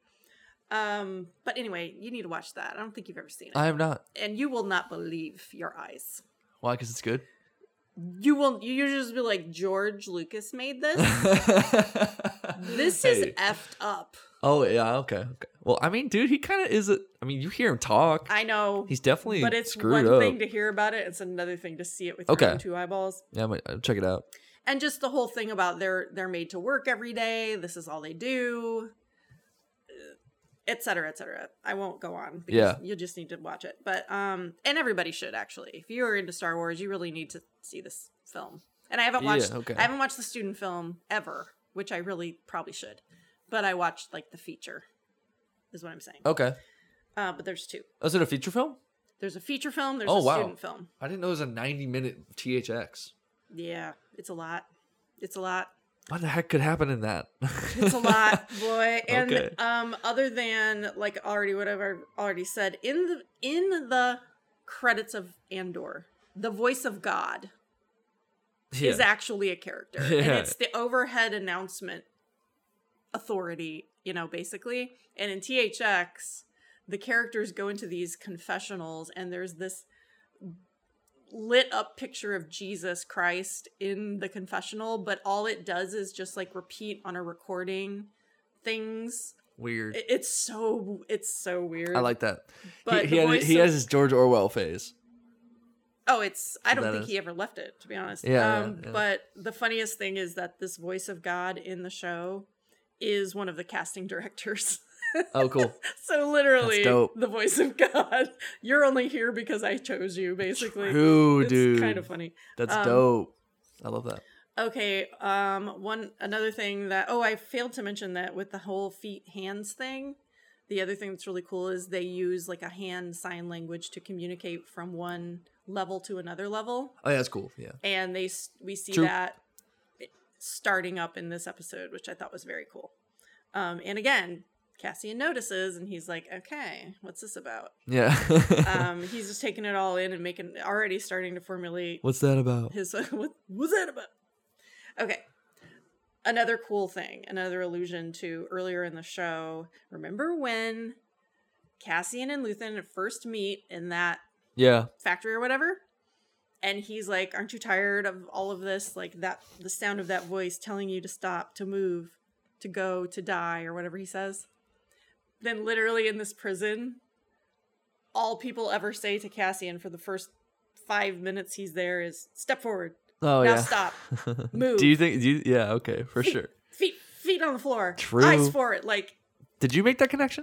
S1: Um, but anyway, you need to watch that. I don't think you've ever seen it,
S2: I have not.
S1: and you will not believe your eyes.
S2: Why? Because it's good.
S1: You will. You will just be like, George Lucas made this. this
S2: this
S1: is effed up.
S2: Oh yeah. Okay. Okay. Well, I mean, dude, he kind of is. A, I mean, you hear him talk.
S1: I know.
S2: He's definitely
S1: but it's
S2: screwed
S1: one
S2: up.
S1: thing to hear about it. It's another thing to see it with
S2: Okay.
S1: your own two eyeballs.
S2: yeah, I might, I'll check it out.
S1: and just the whole thing about they're they're made to work every day this is all they do etc cetera, etc cetera. i won't go on because
S2: Yeah.
S1: you just need to watch it but um and everybody should actually if you are into star wars you really need to see this film and i haven't
S2: Yeah,
S1: watched
S2: okay.
S1: i haven't watched the student film ever which i really probably should but i watched like the feature is what i'm saying
S2: Okay. Oh,
S1: uh, but there's two
S2: Is it a feature film?
S1: there's a feature film there's
S2: Oh,
S1: a
S2: wow.
S1: student film
S2: I didn't know it was a ninety-minute THX.
S1: yeah it's a lot it's a lot
S2: What the heck could happen in that?
S1: It's a lot, boy. And
S2: Okay.
S1: um, other than like already whatever I've already said in the in the credits of Andor, the voice of God
S2: yeah.
S1: is actually a character, and
S2: Yeah.
S1: it's the overhead announcement authority. You know, basically. And in THX, the characters go into these confessionals, and there's this lit up picture of Jesus Christ in the confessional, but all it does is just like repeat on a recording things.
S2: Weird.
S1: It- It's so it's so weird.
S2: I like that.
S1: But
S2: he
S1: the
S2: he, had,
S1: voice
S2: he
S1: of-
S2: has his George Orwell phase.
S1: Oh, it's I don't
S2: That
S1: think
S2: is-
S1: he ever left it to be honest.
S2: Yeah,
S1: um
S2: yeah, yeah.
S1: but the funniest thing is that this voice of God in the show is one of the casting directors.
S2: Oh, cool.
S1: so literally
S2: dope.
S1: the voice of God. You're only here because I chose you basically.
S2: True,
S1: it's
S2: dude.
S1: kind of funny.
S2: That's
S1: um,
S2: dope. I love that.
S1: Okay. Um. One another thing that oh I failed to mention that with the whole feet hands thing. The other thing that's really cool is they use like a hand sign language to communicate from one level to another level,
S2: Oh, yeah, that's cool. Yeah.
S1: and they s- we see
S2: True.
S1: that starting up in this episode, which I thought was very cool. Um. And again, Cassian notices, and he's like, "Okay, what's this about?"
S2: Yeah.
S1: Um. he's just taking it all in and making already starting to formulate
S2: What's that about?
S1: his what was that about? Okay. Another cool thing, another allusion to earlier in the show. Remember when Cassian and Luthen first meet in that
S2: Yeah.
S1: factory or whatever? And he's like, Aren't you tired of all of this? Like that the sound of that voice telling you to stop, to move, to go, to die, or whatever he says. Then literally in this prison, all people ever say to Cassian for the first five minutes he's there is step forward,
S2: Oh,
S1: now
S2: yeah.
S1: stop. Move.
S2: Do you think? Do you, yeah. Okay, for sure.
S1: Feet feet on the floor.
S2: True.
S1: Eyes for it. Like
S2: Did you make that connection,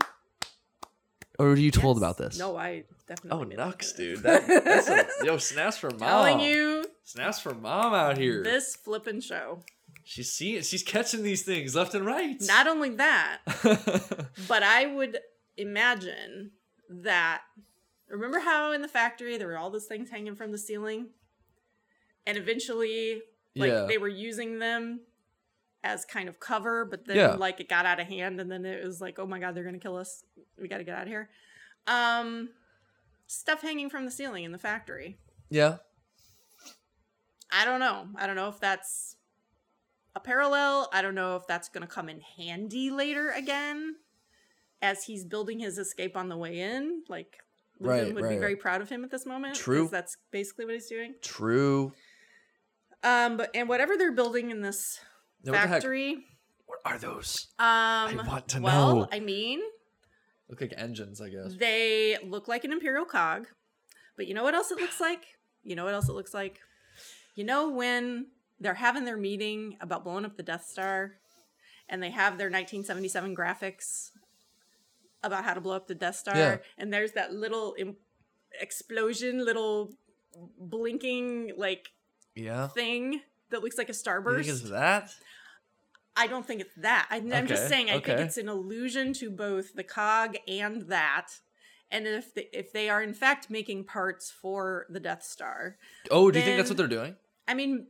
S2: or were you told
S1: yes.
S2: about this?
S1: No, I definitely.
S2: Oh,
S1: made that
S2: Nux,
S1: connection.
S2: dude. That, that's a, yo, snaps for mom.
S1: Telling you
S2: snaps for mom out here.
S1: this flippin' show.
S2: she's seeing. She's catching these things left and right.
S1: Not only that,
S2: yeah.
S1: but I would imagine that. Remember how in the factory there were all those things hanging from the ceiling, and eventually, like they were using them as kind of cover, but then
S2: Yeah.
S1: like it got out of hand, and then it was like, oh my god, they're gonna kill us. We got to get out of here. Um, stuff hanging from the ceiling in the factory.
S2: yeah.
S1: I don't know. I don't know if that's a parallel. I don't know if that's going to come in handy later again as he's building his escape on the way in. Like, Lupin
S2: Right,
S1: would be
S2: right.
S1: very proud of him at this moment. 'cause
S2: True.
S1: That's basically what he's doing.
S2: True.
S1: Um, but and whatever they're building in this
S2: Now, what the heck?
S1: factory,
S2: What are those?
S1: um,
S2: I want to
S1: well,
S2: know.
S1: I Mm. mean,
S2: Look like engines, I guess.
S1: they look like an imperial cog, but you know what else it looks like? You know what else it looks like? You know when they're having their meeting about blowing up the Death Star, and they have their 1977 graphics about how to blow up the Death Star,
S2: Yeah.
S1: and there's that little im- explosion, little blinking like
S2: Yeah.
S1: thing that looks like a
S2: You think
S1: starburst.
S2: it's that?
S1: I don't think it's that. I, I'm just
S2: Okay,
S1: saying I think
S2: okay.
S1: it's an allusion to both the cog and that. And if they, if they are in fact making parts for the Death Star,
S2: Oh, do you think that's
S1: Then-
S2: what they're doing?
S1: I mean,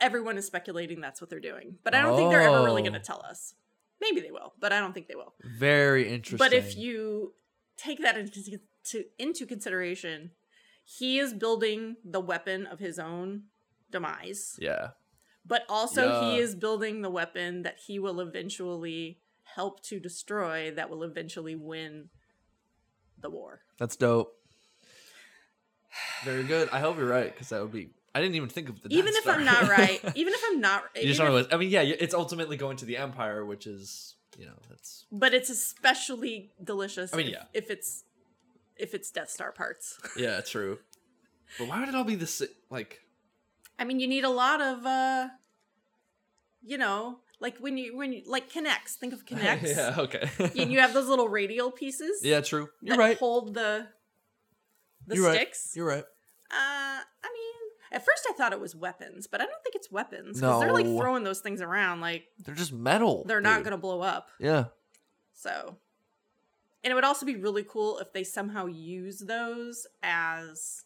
S1: everyone is speculating that's what they're doing, but I don't think they're ever really
S2: Oh.
S1: going to tell us. Maybe they will, but I don't think they will.
S2: Very interesting.
S1: But if you take that into, to, into consideration, he is building the weapon of his own demise,
S2: yeah,
S1: but also he
S2: Yeah.
S1: is building the weapon that he will eventually help to destroy that will eventually win the war.
S2: that's dope. Very good. I hope you're right because that would be. I didn't even think of the. Death
S1: even if
S2: Star.
S1: I'm not right, even if I'm not
S2: you just
S1: even
S2: don't
S1: if-
S2: know. what- I mean, yeah, it's ultimately going to the Empire, which is you know that's
S1: but it's especially delicious
S2: I mean,
S1: if,
S2: yeah.
S1: if it's if it's Death Star parts.
S2: yeah true. But why would it all be the si- like?
S1: I mean, you need a lot of uh you know, like when you when you like connects, think of connects.
S2: yeah. Okay.
S1: you, you have those little radial pieces
S2: yeah. True. You're
S1: that
S2: right.
S1: hold the the
S2: You're right.
S1: sticks.
S2: You're right.
S1: Uh I mean, at first I thought it was weapons, but I don't think it's weapons cuz they're like
S2: No.
S1: throwing those things around like
S2: They're just metal.
S1: they're not
S2: dude.
S1: going to blow up.
S2: Yeah.
S1: So, and it would also be really cool if they somehow use those as,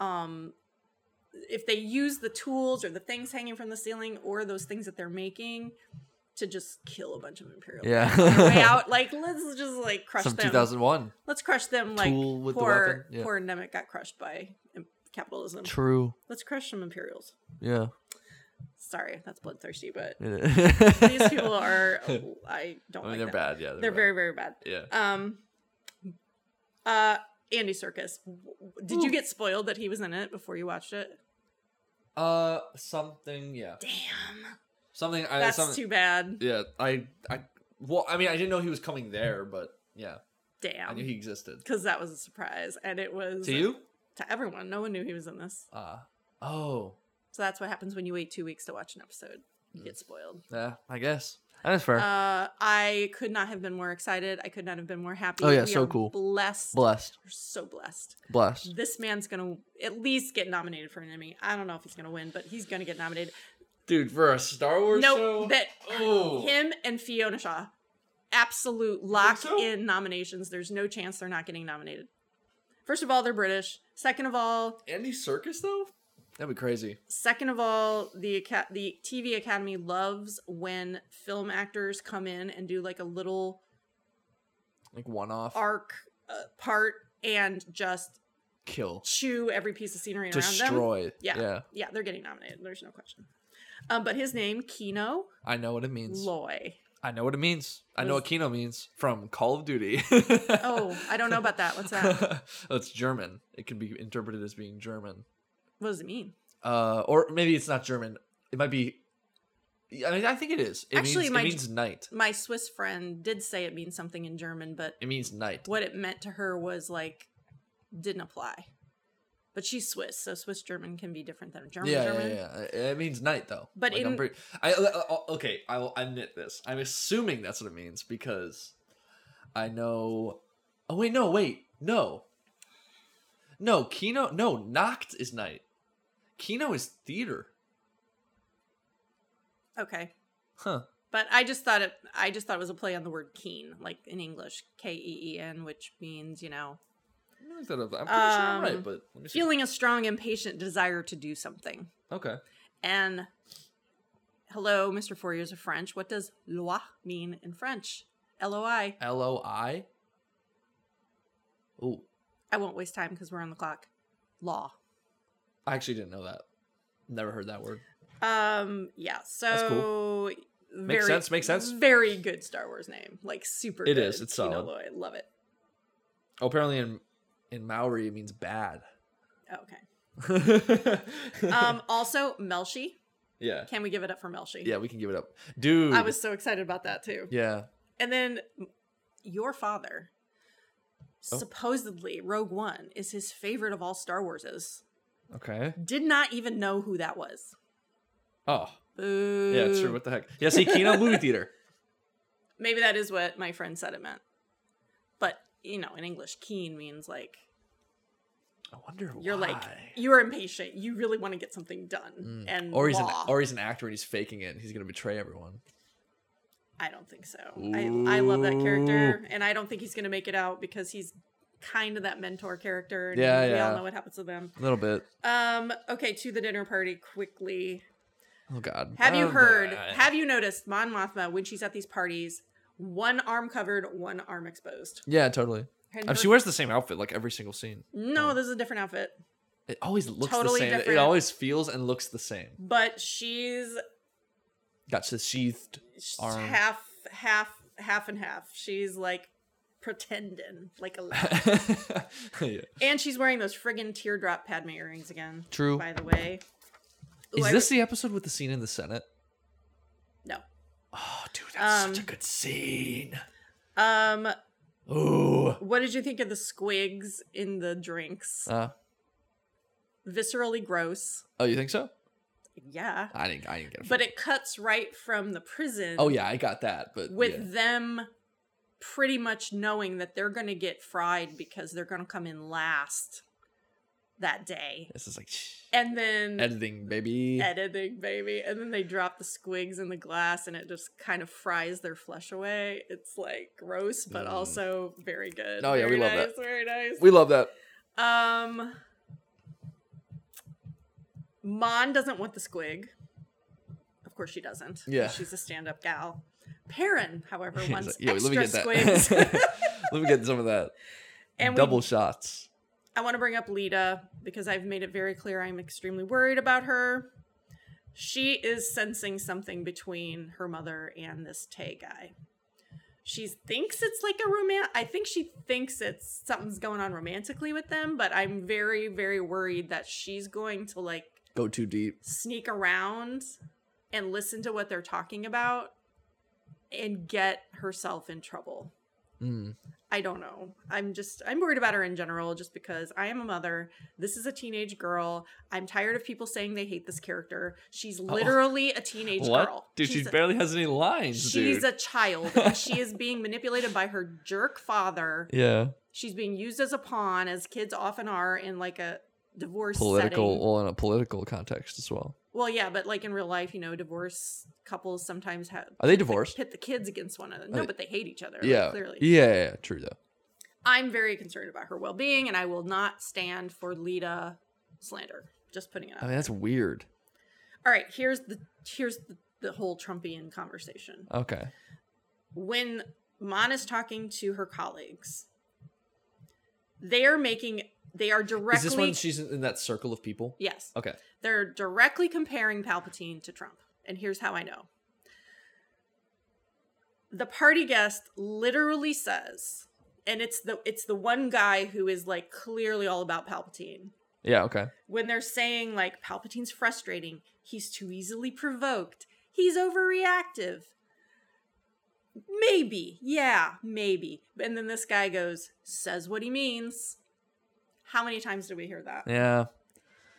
S1: um, if they use the tools or the things hanging from the ceiling or those things that they're making to just kill a bunch of Imperial.
S2: Yeah.
S1: guys on their way out, like let's just like crush
S2: Some
S1: them.
S2: 2001.
S1: Let's crush them like
S2: Tool with the
S1: poor
S2: weapon, yeah.
S1: poor Nemec got crushed by im- capitalism.
S2: True.
S1: Let's crush some Imperials.
S2: Yeah.
S1: Sorry, that's bloodthirsty, but
S2: These
S1: these people are I don't
S2: I mean,
S1: like
S2: they're
S1: them.
S2: bad. Yeah. They're,
S1: They're very very bad.
S2: very. Yeah.
S1: Um, uh, Andy Circus. Did you
S2: Ooh.
S1: get spoiled that he was in it before you watched it?
S2: Uh, something. Yeah.
S1: Damn,
S2: Something. I,
S1: that's
S2: something,
S1: too bad.
S2: Yeah. I. I. Well, I mean, I didn't know he was coming there, but yeah, I knew
S1: Damn,
S2: he existed.
S1: because that was a surprise, and it was
S2: To you?
S1: to everyone. No one knew he was in this,
S2: Uh Oh.
S1: so that's what happens when you wait two weeks to watch an episode. You
S2: Mm.
S1: get spoiled.
S2: Yeah. I guess that is fair.
S1: Uh, I could not have been more excited. I could not have been more happy.
S2: Oh, yeah,
S1: We
S2: so
S1: are
S2: cool.
S1: Blessed.
S2: blessed.
S1: We're so blessed.
S2: Blessed.
S1: This man's gonna at least get nominated for an Emmy. I don't know if he's gonna win, but he's gonna get nominated.
S2: Dude, for a Star Wars show.
S1: Nope, that
S2: oh.
S1: him and Fiona Shaw, absolute lock
S2: so?
S1: in nominations. There's no chance they're not getting nominated. First of all, they're British. Second of all,
S2: Andy Circus though. That'd be crazy.
S1: second of all, the aca- the TV Academy loves when film actors come in and do like a little
S2: Like one off.
S1: arc uh, part and just
S2: Kill.
S1: chew every piece of scenery around them.
S2: Destroy.
S1: Yeah.
S2: Yeah.
S1: Yeah, they're getting nominated. There's no question. Um, but his name, Kino
S2: I know what it means.
S1: Loy.
S2: I know what it means. I know
S1: Was-
S2: what Kino means from Call of Duty. Oh,
S1: Oh, I don't know about that. What's that?
S2: it's German. It can be interpreted as being German.
S1: What does it mean?
S2: Uh, or maybe it's not German. It might be. I mean, I think it is. It
S1: Actually,
S2: means,
S1: my-
S2: it means night.
S1: my Swiss friend did say it means something in German, but
S2: It means night.
S1: what it meant to her was like didn't apply. But she's Swiss, so Swiss German can be different than German
S2: yeah,
S1: German.
S2: yeah, yeah. It- It means night, though.
S1: But
S2: Like, I'm
S1: in-
S2: pretty- I, uh, uh, okay, I will admit this. I'm assuming that's what it means because I know. Oh wait, no, wait, no, no. Kino, no. Nacht is night. Kino is theater.
S1: Okay.
S2: Huh.
S1: But I just thought it I just thought it was a play on the word keen, like in English, K E E N, which means, you know,
S2: Let me look that up. I'm pretty sure I'm
S1: Um,
S2: right, but let me see.
S1: feeling a strong impatient desire to do something.
S2: Okay.
S1: And hello, Mr. Four Years of French. What does loi mean in French? L O I.
S2: L O I. Oh,
S1: I won't waste time because we're on the clock. Law.
S2: I actually didn't know that. Never heard that word.
S1: Um. Yeah. So.
S2: Makes
S1: very-
S2: sense, makes sense.
S1: Very good Star Wars name. Like super.
S2: It
S1: good.
S2: is, it's
S1: Kino
S2: solid.
S1: Loy, Love it.
S2: Oh, apparently in in Maori it means bad.
S1: Okay. Um. also, Melshi.
S2: yeah.
S1: Can we give it up for Melshi?
S2: Yeah, we can give it up. Dude.
S1: I was so excited about that too.
S2: Yeah.
S1: And then, your father.
S2: Oh.
S1: Supposedly, Rogue One is his favorite of all Star Warses.
S2: Okay.
S1: Did not even know who that was.
S2: Oh.
S1: Boo.
S2: Yeah, it's true. What the heck? Yeah, see, Kino movie theater.
S1: Maybe that is what my friend said it meant. But, you know, in English, keen means like
S2: I wonder
S3: You're
S2: why.
S3: like you're impatient. You really want to get something done. And
S2: or he's an
S3: law.
S2: or he's an actor and he's faking it. and He's gonna betray everyone.
S3: I don't think so. I, I love that character,
S2: Ooh.
S3: and I don't think he's gonna make it out because he's kind of that mentor character. and
S2: Yeah,
S3: we
S2: yeah.
S3: all know what happens to them.
S2: A little bit.
S3: Um, okay, to the dinner party quickly.
S2: Oh God.
S3: Have you
S2: Oh,
S3: heard?
S2: God.
S3: Have you noticed Mon Mothma when she's at these parties? One arm covered, one arm exposed.
S2: yeah, totally.
S3: And
S2: Um,
S3: her-
S2: she wears the same outfit like every single scene.
S3: no, this is a different outfit,
S2: It always looks
S3: Totally
S2: the same. It- It
S3: different.
S2: always feels and looks the same.
S3: but she's
S2: Got the sheathed.
S3: she's
S2: Arm.
S3: half, half, half and half. She's like pretending, like a, lad.
S2: Yeah.
S3: and she's wearing those friggin' teardrop Padme earrings again.
S2: True.
S3: By the way, Ooh,
S2: Is
S3: I-
S2: this the episode with the scene in the Senate?
S3: no?
S2: Oh, dude, that's such
S3: Um,
S2: a good scene.
S3: Um,
S2: Ooh.
S3: what did you think of the squigs in the drinks?
S2: Uh,
S3: Viscerally gross.
S2: oh, you think so?
S3: Yeah.
S2: I didn't. I didn't get it.
S3: But it cuts right from the prison.
S2: oh yeah, I got that. But
S3: with
S2: yeah.
S3: them pretty much knowing that they're going to get fried because they're going to come in last that day.
S2: this is like shh,
S3: And then
S2: editing, baby.
S3: editing, baby. And then they drop the squigs in the glass and it just kind of fries their flesh away. It's like gross, but
S2: Mm.
S3: also very good.
S2: Oh, yeah, we
S3: Very
S2: love that.
S3: nice, Very nice.
S2: we love that.
S3: um, Mon doesn't want the squig. Of course she doesn't.
S2: Yeah.
S3: She's a stand-up gal. Perrin, however,
S2: He's
S3: wants
S2: like, "Yo,
S3: extra
S2: let me get
S3: squigs.
S2: that. let me get some of that.
S3: And we-
S2: Double shots.
S3: I want to bring up Lita because I've made it very clear I'm extremely worried about her. She is sensing something between her mother and this Tay guy. She thinks it's like a romance. I think she thinks it's something's going on romantically with them, but I'm very, very worried that she's going to like
S2: Go too deep.
S3: sneak around and listen to what they're talking about and get herself in trouble.
S2: Mm.
S3: I don't know. I'm just I'm worried about her in general just because I am a mother. This is a teenage girl. I'm tired of people saying they hate this character. She's literally a teenage girl.
S2: Dude,
S3: she's
S2: she
S3: a,
S2: barely has any lines,
S3: she's
S2: dude.
S3: a child. and she is being manipulated by her jerk father.
S2: yeah.
S3: She's being used as a pawn as kids often are in like a divorce
S2: Political,
S3: setting.
S2: well, in a political context as well.
S3: Well, yeah, but like in real life, you know, divorce couples sometimes have
S2: Are they divorced?
S3: pit the kids against one another. No,
S2: they-
S3: but they hate each other. like,
S2: yeah.
S3: clearly.
S2: yeah. Yeah, yeah, true though.
S3: I'm very concerned about her well being, and I will not stand for Lita slander. Just putting it out.
S2: I mean, that's weird.
S3: All right, here's the here's the, the whole Trumpian conversation.
S2: Okay.
S3: When Mon is talking to her colleagues, they are making they are
S2: Is
S3: directly
S2: this when she's in in that circle of people?
S3: yes
S2: Okay.
S3: they're directly comparing Palpatine to Trump, and here's how I know. The party guest literally says, and it's the it's the one guy who is like clearly all about Palpatine.
S2: Yeah. Okay.
S3: when they're saying like Palpatine's frustrating, he's too easily provoked, he's overreactive. Maybe, yeah, maybe. And then this guy goes, says what he means. How many times did we hear that
S2: Yeah. Huh.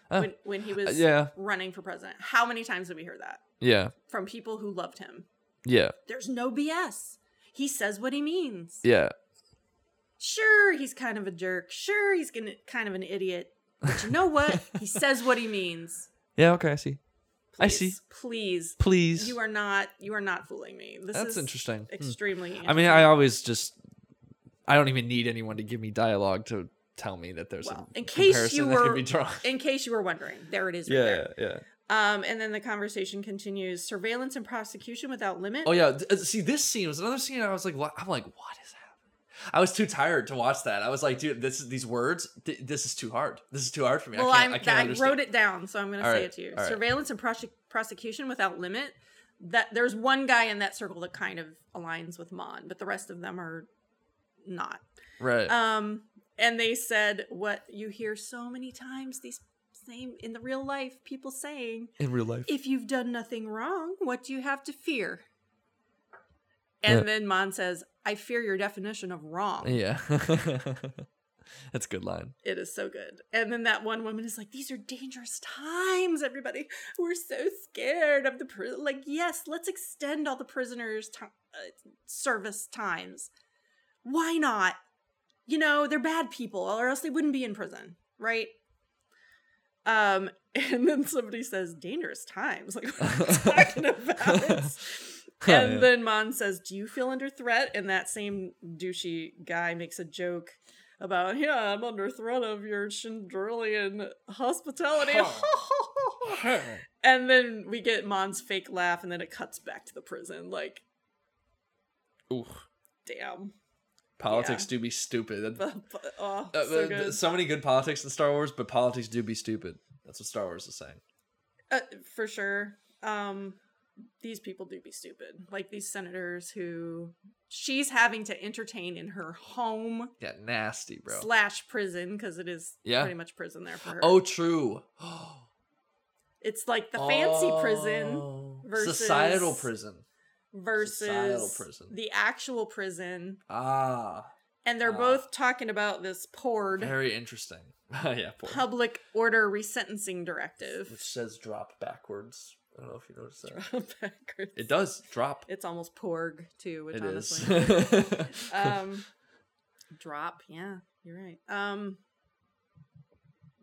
S2: Uh,
S3: when, when he was
S2: Yeah.
S3: running for president? How many times did we hear that
S2: Yeah.
S3: from people who loved him?
S2: Yeah.
S3: There's no BS. He says what he means.
S2: Yeah.
S3: Sure, he's kind of a jerk. Sure, he's gonna, kind of an idiot. But you know what? he says what he means.
S2: Yeah. Okay. I see. I
S3: Please,
S2: see.
S3: Please,
S2: Please.
S3: you are not you are not fooling me. This
S2: that's
S3: is
S2: interesting. Hmm.
S3: Extremely.
S2: I mean, I always just I don't even need anyone to give me dialogue to tell me that there's
S3: Well,
S2: a
S3: in case
S2: comparison
S3: you
S2: that can
S3: were-
S2: be drawn.
S3: in case you were wondering, there it is. Right
S2: Yeah,
S3: there.
S2: yeah.
S3: Um, and then the conversation continues: surveillance and prosecution without limit.
S2: Oh yeah. th- uh, See, this scene was another scene. I was like, what? I'm like, what is happening? I was too tired to watch that. I was like, dude, this is these words. Th- this is too hard. This is too hard for me.
S3: well,
S2: I can't.
S3: I'm,
S2: I
S3: I,
S2: can't understand.
S3: wrote it down, so I'm going to
S2: All
S3: say
S2: right,
S3: it to you:
S2: all right.
S3: surveillance and prose- prosecution without limit. That there's one guy in that circle that kind of aligns with Mon, but the rest of them are not.
S2: Right.
S3: Um, and they said what you hear so many times these same in the real life people saying
S2: In real life.
S3: If you've done nothing wrong, what do you have to fear? And
S2: Yeah.
S3: then Mon says, I fear your definition of wrong.
S2: Yeah. That's a good line.
S3: It is so good. And then that one woman is like, These are dangerous times, everybody. We're so scared of the prison. Like, yes, let's extend all the prisoners' ti- uh, service times. Why not? You know, they're bad people, or else they wouldn't be in prison. right? Um, and then somebody says, dangerous times. Like, what are you talking
S2: Oh,
S3: about?
S2: Huh,
S3: and
S2: yeah.
S3: then Mon says, Do you feel under threat? And that same douchey guy makes a joke about, Yeah, I'm under threat of your Chandrilian hospitality. and then we get Mon's fake laugh, and then it cuts back to the prison. Like,
S2: Ooh,
S3: damn.
S2: politics do be stupid. That-
S3: But- but- oh,
S2: uh,
S3: so
S2: uh,
S3: good.
S2: so many good politics in Star Wars, but politics do be stupid. That's what Star Wars is saying.
S3: Uh, for sure. Um, these people do be stupid. Like these senators who she's having to entertain in her home
S2: Yeah, nasty, bro.
S3: slash prison because it is
S2: Yeah.
S3: pretty much prison there for her.
S2: Oh, true.
S3: It's like the fancy prison
S2: Oh.
S3: versus-
S2: societal prison. Societal
S3: versus
S2: prison.
S3: the actual prison.
S2: Ah,
S3: And they're
S2: Ah.
S3: both talking about this poured
S2: very interesting. yeah, poor.
S3: public order resentencing directive.
S2: which says drop backwards. I don't know if you noticed that.
S3: Backwards.
S2: It does drop.
S3: It's almost porg too, which
S2: It is.
S3: honestly. um drop, yeah, you're right. Um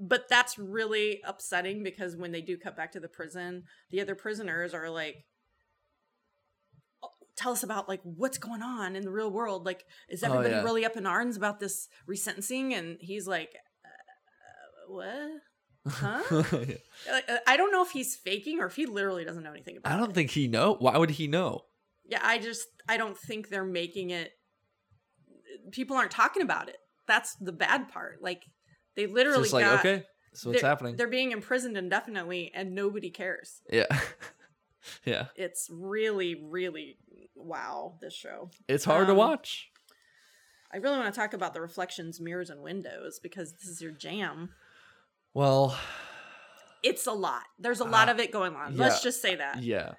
S3: but that's really upsetting because when they do cut back to the prison, the other prisoners are like "Oh, tell us about like what's going on in the real world like is
S2: Oh,
S3: everybody
S2: yeah.
S3: really up in arms about this resentencing and he's like uh, what huh
S2: Yeah.
S3: Like, uh, i don't know if he's faking or if he literally doesn't know anything about
S2: I
S3: it.
S2: don't think he know. Why would he know?
S3: Yeah, I just I don't think they're making it. People aren't talking about it. That's the bad part. Like they
S2: It's
S3: literally
S2: just like
S3: got,
S2: okay, so what's
S3: they're,
S2: happening?
S3: They're being imprisoned indefinitely, and nobody cares.
S2: Yeah, yeah.
S3: It's really, really wow. This show.
S2: It's hard to
S3: Um,
S2: watch.
S3: I really want to talk about the reflections, mirrors, and windows because this is your jam.
S2: Well,
S3: It's a lot. There's a lot
S2: Ah,
S3: of it going on. Let's
S2: yeah.
S3: just say that.
S2: yeah,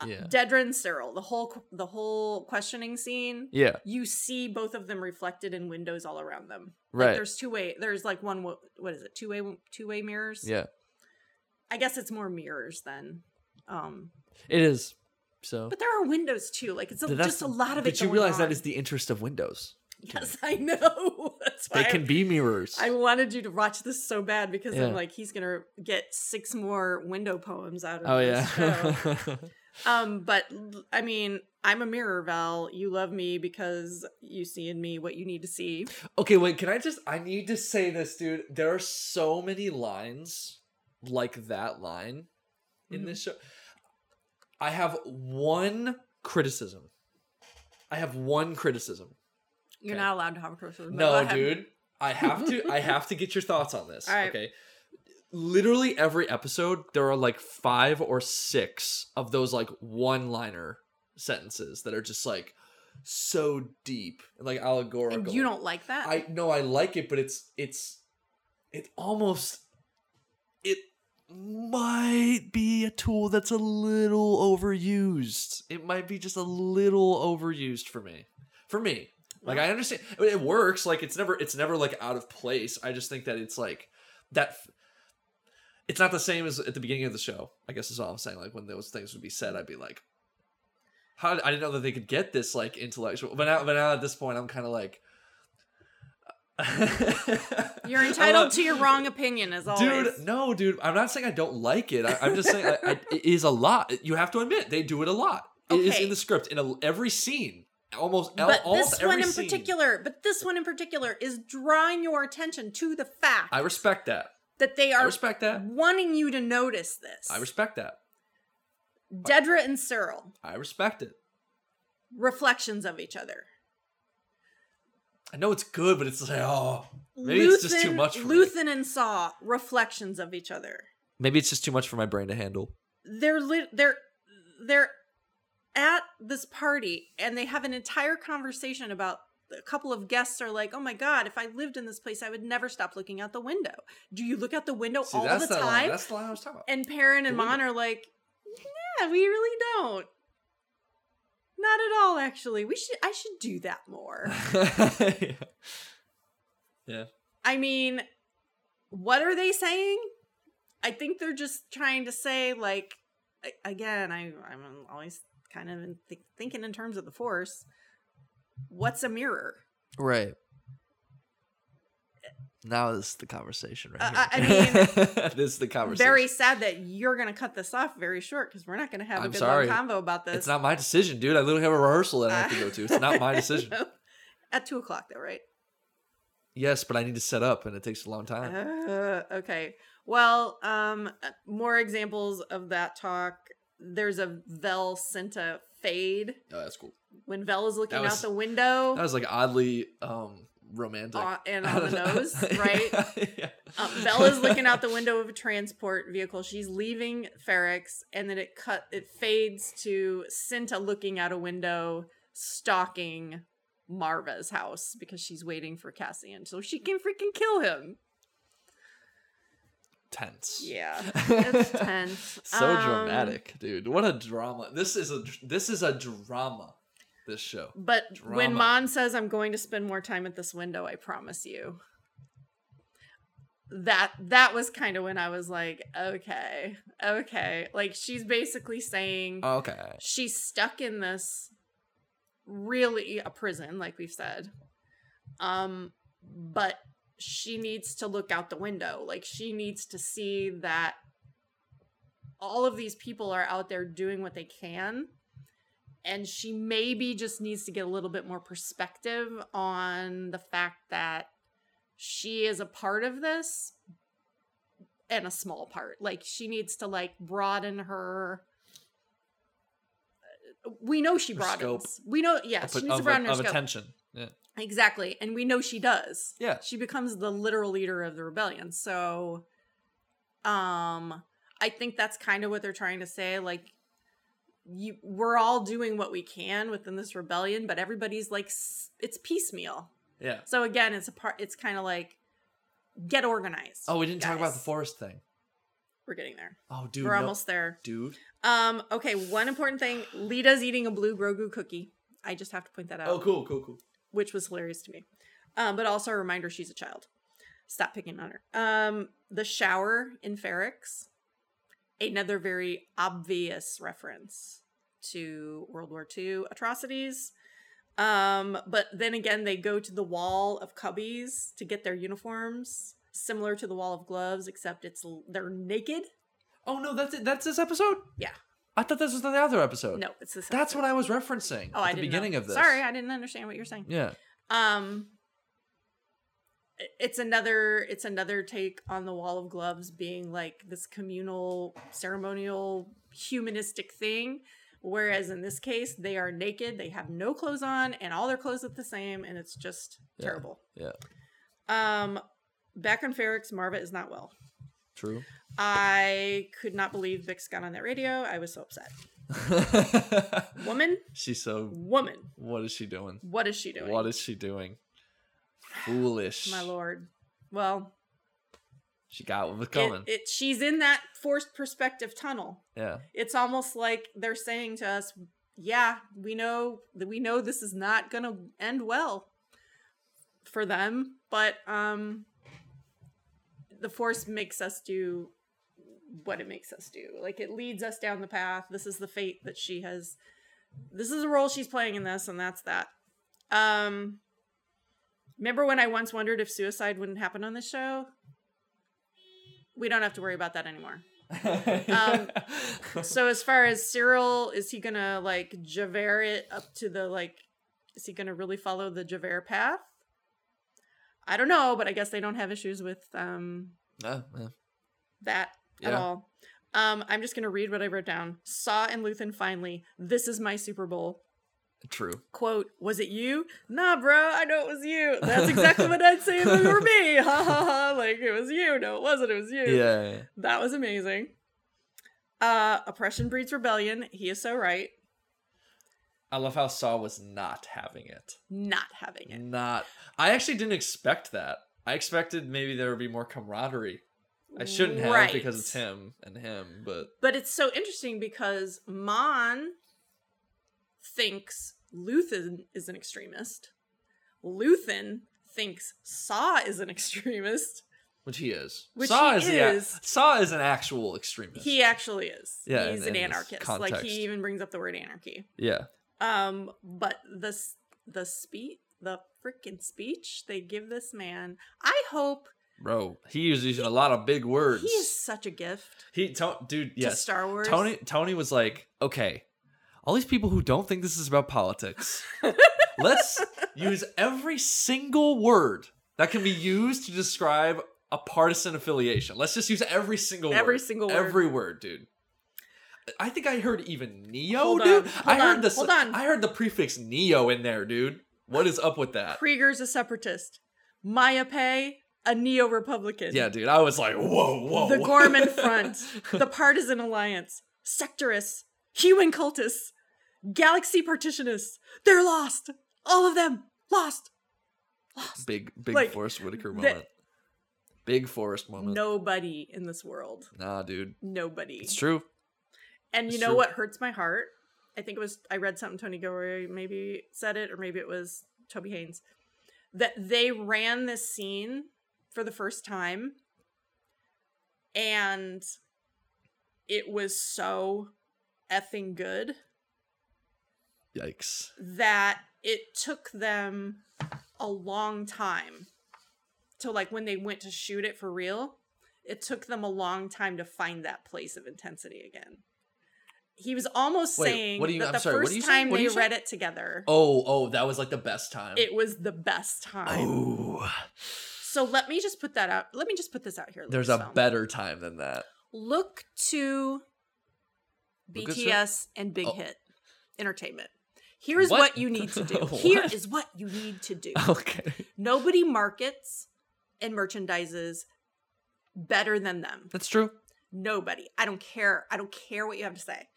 S3: Uh,
S2: yeah.
S3: Dedra and Cyril, the whole the whole questioning scene.
S2: yeah.
S3: You see both of them reflected in windows all around them.
S2: Right.
S3: there's two way there's like one wo- what is it two way two way mirrors
S2: Yeah,
S3: i guess it's more mirrors then um
S2: it is. So,
S3: but there are windows too like it's a,
S2: Th- that's-
S3: just a lot of it
S2: but you
S3: going
S2: realize
S3: on.
S2: that is the interest of Windows.
S3: yes i know that's why
S2: They can be mirrors.
S3: I, I wanted you to watch this so bad because
S2: Yeah.
S3: i'm like he's gonna get six more window poems out of
S2: oh
S3: this show.
S2: yeah.
S3: um but l- i mean i'm a mirror val you love me because you see in me what you need to see
S2: Okay, wait, can I just I need to say this, dude. There are so many lines like that line
S3: Mm-hmm.
S2: in this show. I have one criticism. I have one criticism.
S3: you're
S2: Okay.
S3: not allowed to have a criticism but
S2: No,
S3: go ahead.
S2: dude. I have to I have to get your thoughts on this.
S3: All right.
S2: Okay. Literally every episode there are like 5 or 6 of those like one-liner sentences that are just like so deep and like allegorical.
S3: and you don't like that
S2: I no, I like it, but it's it's it almost it might be a tool that's a little overused. It might be just a little overused for me. For me. Like I understand I mean, it works, like it's never it's never like out of place. I just think that it's like that f- it's not the same as at the beginning of the show. I guess is all I'm saying. Like when those things would be said, I'd be like, "How?" Did, I didn't know that they could get this like intellectual. But now, but now at this point, I'm kind of like,
S3: You're entitled to your wrong opinion, as always.
S2: dude. No, dude. I'm not saying I don't like it. I, I'm just saying I, I, it is a lot. You have to admit they do it a lot. It is
S3: Okay.
S2: in the script in a, every scene, almost al-
S3: but
S2: almost
S3: this
S2: every
S3: one in
S2: scene.
S3: particular, but this one in particular is drawing your attention to the fact
S2: I respect that.
S3: that they
S2: I
S3: are
S2: respect that.
S3: wanting you to notice this.
S2: I respect that.
S3: Dedra and Cyril,
S2: I respect it.
S3: reflections of each other.
S2: I know it's good, but it's like oh, Maybe it's just too much for me.
S3: Luthen and Saw, reflections of each other.
S2: maybe it's just too much for my brain to handle.
S3: They're li- they're they're at this party and they have an entire conversation about a couple of guests are like, "Oh my god, if I lived in this place, I would never stop looking out the window." Do you look out the window all
S2: that's
S3: the
S2: that line.
S3: time?
S2: That's the line I was talking about.
S3: And Perrin and
S2: Do we
S3: Mon are like, yeah, we really don't. Not at all, actually. We should. I should do that more.
S2: yeah.
S3: I mean, what are they saying? I think they're just trying to say, like, a- again, I, I'm always kind of in th- thinking in terms of the Force. What's a mirror?
S2: Right. Now this is the conversation right
S1: Uh,
S2: here. I mean, this is the conversation.
S1: Very sad that you're gonna cut this off very short because we're not gonna have a
S2: I'm
S1: good
S2: sorry.
S1: long convo about this.
S2: It's not my decision, dude. I literally have a rehearsal that I have to go to. It's not my decision.
S1: At two o'clock though, right?
S2: Yes, but I need to set up, and it takes a long time.
S1: Uh, okay. Well, um, uh, more examples of that talk. There's a Vel Cinta fade
S2: Oh, that's cool.
S1: when Vel is looking
S2: That was-
S1: out the window
S2: That was like oddly um romantic.
S1: on, and on the nose, right?
S2: yeah.
S1: Um, Vel is looking out the window of a transport vehicle. She's leaving Ferrex, and then it cut. It fades to Cinta looking out a window, stalking Marva's house because she's waiting for Cassian, so she can freaking kill him.
S2: Tense.
S1: Yeah, it's tense.
S2: So
S1: Um,
S2: dramatic, dude. What a drama. This is a this is a drama. This show.
S1: But when
S2: Drama.
S1: Mon says, "I'm going to spend more time at this window," I promise you. That that was kind of when I was like, okay, okay. Like she's basically saying
S2: Oh, Okay.
S1: she's stuck in this really a prison, like we've said. Um, but she needs to look out the window. Like she needs to see that all of these people are out there doing what they can. And she maybe just needs to get a little bit more perspective on the fact that she is a part of this and a small part. Like she needs to like broaden her uh, we know she
S2: Her scope.
S1: broadens. We know yes,
S2: Of-
S1: she needs to
S2: of,
S1: broaden her
S2: of
S1: scope.
S2: attention. Yeah.
S1: Exactly. And we know she does.
S2: Yeah.
S1: She becomes the literal leader of the rebellion. So um I think that's kind of what they're trying to say like you we're all doing what we can within this rebellion, but everybody's like s- it's piecemeal.
S2: Yeah.
S1: So again, it's a part it's kind of like get organized.
S2: Oh, we didn't talk about
S1: guys.
S2: the forest thing.
S1: We're getting there.
S2: Oh, dude.
S1: we're
S2: no-
S1: almost there.
S2: Dude.
S1: Um okay, one important thing, Lita's eating a blue Grogu cookie. I just have to point that out
S2: Oh, cool, cool, cool.
S1: which was hilarious to me. Um, but also a reminder she's a child. Stop picking on
S2: Oh.
S1: her. Um, the shower in Ferrex, another very obvious reference to World War II atrocities. Um, but then again, they go to the wall of cubbies to get their uniforms, similar to the wall of gloves, except it's l- they're naked.
S2: Oh no, that's it. That's this episode.
S1: Yeah.
S2: I thought this was the other episode.
S1: No, it's the same.
S2: That's what I was referencing
S1: oh,
S2: at
S1: I didn't
S2: the
S1: know.
S2: beginning of this.
S1: Sorry, I didn't understand what you're saying.
S2: Yeah.
S1: um i- it's another it's another take on the wall of gloves being like this communal ceremonial humanistic thing whereas in this case they are naked they have no clothes on and all their clothes look the same and it's just
S2: Yeah,
S1: terrible
S2: yeah.
S1: um back on ferrex marva is not well
S2: True.
S1: i could not believe vix got on that radio i was so upset woman
S2: She's so.
S1: woman
S2: What is she doing?
S1: what is she doing
S2: What is she doing? Foolish.
S1: my lord well
S2: She got what was
S1: it-
S2: coming.
S1: It, she's in that forced perspective tunnel.
S2: yeah.
S1: It's almost like they're saying to us, "Yeah, we know that we know this is not going to end well for them, but um the force makes us do what it makes us do. Like it leads us down the path. This is the fate that she has this is the role she's playing in this and that's that. Um Remember when I once wondered if suicide wouldn't happen on this show? We don't have to worry about that anymore. So as far as Cyril, is he gonna like Javert it up to the like? Is he gonna really follow the Javert path? I don't know, but I guess they don't have issues with um
S2: Yeah, yeah.
S1: that at
S2: Yeah.
S1: all. Um, I'm just gonna read what I wrote down. um, Saw and Luthen finally. This is my Super Bowl.
S2: True.
S1: Quote, was it you? Nah, bro, I know it was you. That's exactly what I'd say if it were me. Ha ha ha. Like, it was you. No, it wasn't. It was you.
S2: Yeah. yeah.
S1: That was amazing. Uh, oppression breeds rebellion. He is so right.
S2: I love how Saw was not having it.
S1: Not having it.
S2: Not. I actually didn't expect that. I expected maybe there would be more camaraderie. I shouldn't have
S1: Right.
S2: because it's him and him, but
S1: But it's so interesting because Mon thinks Luthen is an extremist. Luthen thinks Saw is an extremist.
S2: which he is.
S1: Which
S2: Saw
S1: he
S2: is, the a-
S1: is.
S2: Saw is an actual extremist.
S1: He actually is.
S2: Yeah,
S1: He's an
S2: in- in this
S1: anarchist. Like
S2: context.
S1: he even brings up the word anarchy.
S2: yeah.
S1: Um, but the s- the speech
S3: the freaking speech they give this man. I hope
S2: Bro, he uses using a lot of big words.
S3: he is such a gift
S2: He, to, dude,
S3: to
S2: yes.
S3: Star Wars.
S2: Tony, Tony was like, okay, all these people who don't think this is about politics, let's use every single word that can be used to describe a partisan affiliation. Let's just use every single
S3: every
S2: word.
S3: single word.
S2: every word, dude. I think I heard even Neo,
S3: Hold
S2: dude.
S3: on, hold
S2: I heard
S3: on,
S2: the
S3: hold on.
S2: I heard the prefix Neo in there, dude. What is up with that?
S3: Krieger's a separatist. Maya Pay, a neo Republican.
S2: Yeah, dude. I was like, whoa, whoa.
S3: The Gorman Front, the Partisan Alliance, Sectorists, Human Cultists, Galaxy Partitionists. They're lost. All of them lost. Lost.
S2: big, big
S3: Like,
S2: Forrest Whitaker
S3: the-
S2: moment. big Forrest moment.
S3: Nobody in this world.
S2: Nah, dude.
S3: Nobody.
S2: It's true.
S3: And you
S2: It's
S3: know
S2: true.
S3: what hurts my heart? I think it was I read something Tony Gilroy maybe said it, or maybe it was Toby Haynes. That they ran this scene for the first time and it was so effing good
S2: Yikes.
S3: that it took them a long time to like when they went to shoot it for real it took them a long time to find that place of intensity again he was almost
S2: Wait,
S3: saying
S2: what do you-
S3: that
S2: I'm
S3: the
S2: sorry, what
S3: first
S2: do you say?
S3: time
S2: What do
S3: they
S2: you say?
S3: read it together
S2: Oh, oh, that was like the best time.
S3: it was the best time
S2: oh,
S3: so let me just put that out let me just put this out here
S2: there's a
S3: Lucasfilm.
S2: better time than that.
S3: look to
S2: Lucasfilm?
S3: BTS and Big
S2: Oh.
S3: Hit Entertainment. Here is what?
S2: What?
S3: you need to do.
S2: What?
S3: Here is what you need to do.
S2: Okay,
S3: Nobody markets and merchandises better than them.
S2: that's true.
S3: Nobody. I don't care. I don't care what you have to say.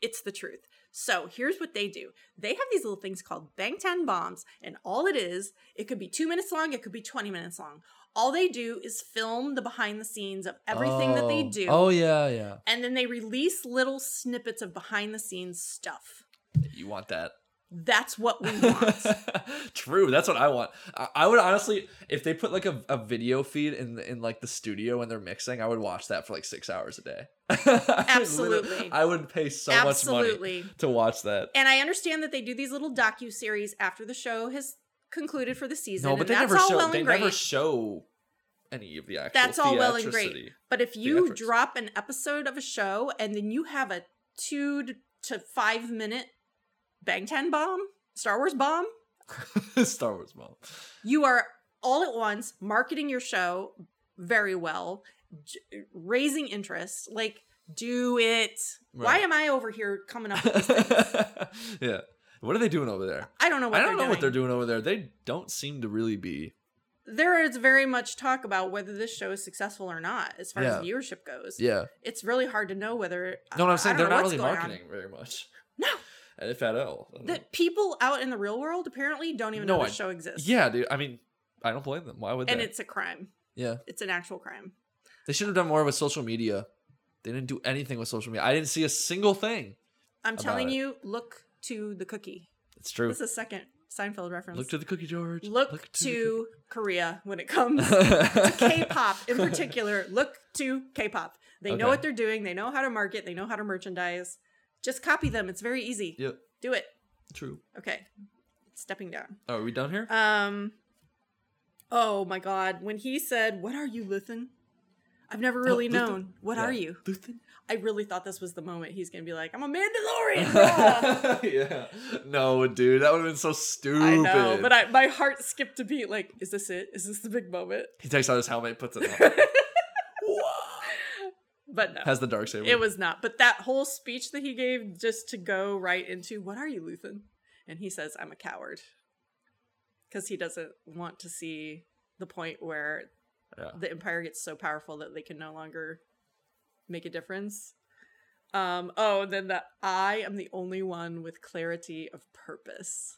S3: It's the truth. So here's what they do. They have these little things called Bang 10 bombs, and all it is, it could be two minutes long, it could be 20 minutes long. All they do is film the behind the scenes of everything that they
S2: Oh.
S3: do
S2: Oh yeah, yeah.
S3: and then they release little snippets of behind the scenes stuff.
S2: You want that?
S3: That's what we want.
S2: True. That's what I want. I, I would honestly, if they put like a, a video feed in the- in like the studio when they're mixing, I would watch that for like six hours a day.
S3: Absolutely.
S2: I would pay so much money
S3: Absolutely.
S2: to watch that.
S3: And I understand that they do these little docu series after the show has concluded for the season.
S2: No, but
S3: and
S2: they
S3: that's
S2: never
S3: all
S2: show.
S3: well
S2: they
S3: and great.
S2: never show any of the actual.
S3: that's all well and great.
S2: theatricity.
S3: But if you
S2: Theatrics.
S3: drop an episode of a show and then you have a two to- to five minute Bang Ten bomb, Star Wars bomb,
S2: Star Wars mom.
S3: you are all at once marketing your show very well j- raising interest like do it why
S2: Right.
S3: am i over here coming up with these things?
S2: yeah. What are they doing over there?
S3: i don't know what
S2: I don't know
S3: they're
S2: what they're
S3: doing.
S2: doing over there. They don't seem to really be.
S3: there is very much talk about whether this show is successful or not as far as
S2: Yeah.
S3: viewership goes
S2: Yeah.
S3: it's really hard to know whether uh,
S2: No,
S3: I-
S2: what
S3: I
S2: I'm saying they're
S3: don't know
S2: not
S3: what's
S2: really
S3: going on.
S2: marketing very much.
S3: No.
S2: If at all.
S3: the people out in the real world apparently don't even
S2: No,
S3: know
S2: I-
S3: this show exists
S2: yeah, dude. I mean, I don't blame them. Why would
S3: and
S2: they?
S3: it's a crime
S2: yeah.
S3: it's an actual crime
S2: They should have done more with social media. They didn't do anything with social media. I didn't see a single thing.
S3: i'm
S2: About
S3: telling
S2: it.
S3: you look to the cookie
S2: It's true.
S3: this is a second seinfeld reference
S2: Look to the cookie, George.
S3: look, to Korea when it comes to K-pop in particular. Look to K-pop. They know
S2: Okay.
S3: what they're doing. They know how to market. They know how to merchandise. Just copy them. It's very easy.
S2: Yep.
S3: Do it.
S2: True.
S3: Okay. Stepping down.
S2: Oh, are we done here?
S3: Um. Oh my God! When he said, "What are you, Luthen?" I've never really
S2: Oh, Luthen.
S3: known. What
S2: Yeah.
S3: are you?
S2: Luthen?
S3: I really thought this was the moment he's gonna be like, "I'm a Mandalorian." bruh."
S2: yeah. No, dude, that would have been so stupid.
S3: I know, but I, my heart skipped a beat. Like, is this it? Is this the big moment?
S2: he takes out his helmet, puts it on,
S3: But no.
S2: has the dark saber.
S3: It was not. But that whole speech that he gave just to go right into what are you, Luthen? And he says, I'm a coward. Because he doesn't want to see the point where
S2: Yeah.
S3: the Empire gets so powerful that they can no longer make a difference. Um, oh, and then the I am the only one with clarity of purpose.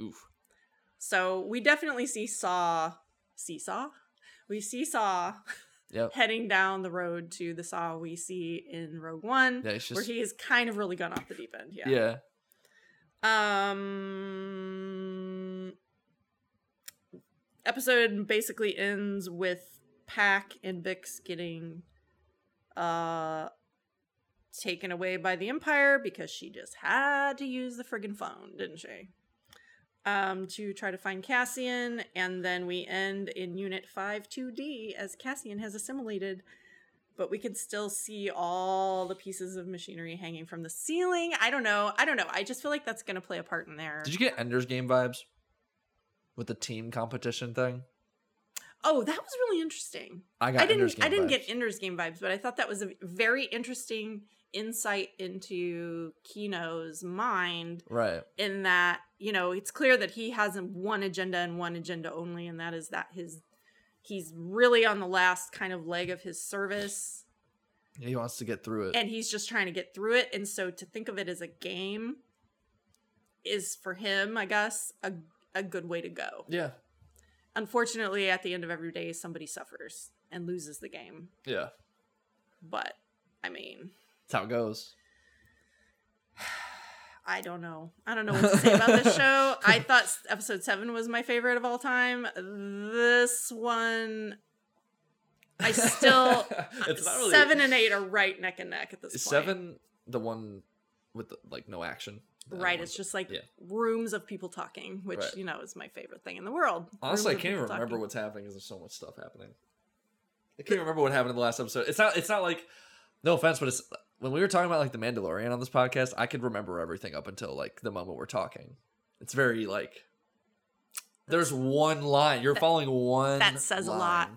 S2: Oof.
S3: So we definitely see Saw Seesaw. We see Saw
S2: Yep.
S3: heading down the road to the Saw we see in Rogue One
S2: Yeah, it's
S3: where
S2: just
S3: he has kind of really gone off the deep end.
S2: yeah.
S3: Yeah. Um. Episode basically ends with Pack and Bix getting, uh, taken away by the Empire because she just had to use the friggin' phone, didn't she? um, to try to find Cassian, and then we end in Unit 5 2D as Cassian has assimilated. But we can still see all the pieces of machinery hanging from the ceiling. I don't know. I don't know. I just feel like that's going to play a part in there.
S2: Did you get Ender's Game vibes with the team competition thing?
S3: oh, that was really interesting.
S2: I got.
S3: I didn't.
S2: Ender's Game
S3: I didn't
S2: vibes.
S3: get Ender's Game vibes, but I thought that was a very interesting insight into Kino's mind.
S2: right.
S3: in that you know it's clear that he has one agenda and one agenda only and that is that his he's really on the last kind of leg of his service
S2: He wants to get through it.
S3: and he's just trying to get through it and so to think of it as a game is for him i guess a, a good way to go
S2: yeah.
S3: unfortunately at the end of every day somebody suffers and loses the game
S2: Yeah.
S3: but i mean
S2: That's how it goes.
S3: I don't know. I don't know what to say about this show. I thought s- episode seven was my favorite of all time. This one, I still
S2: it's not really
S3: seven and eight are right neck and neck at this
S2: Is
S3: point.
S2: seven the one with the, like no action? The
S3: right?
S2: one
S3: It's
S2: with-
S3: just like
S2: yeah.
S3: rooms of people talking, which
S2: Right.
S3: you know is my favorite thing in the world.
S2: honestly, I
S3: Rooms of
S2: can't even
S3: people
S2: remember
S3: talking.
S2: what's happening because there's so much stuff happening. I can't remember what happened in the last episode. It's not. It's not like no offense, but it's when we were talking about like the Mandalorian on this podcast. I could remember everything up until like the moment we're talking. It's very like there's one line you're following one
S3: that says a lot.
S2: line.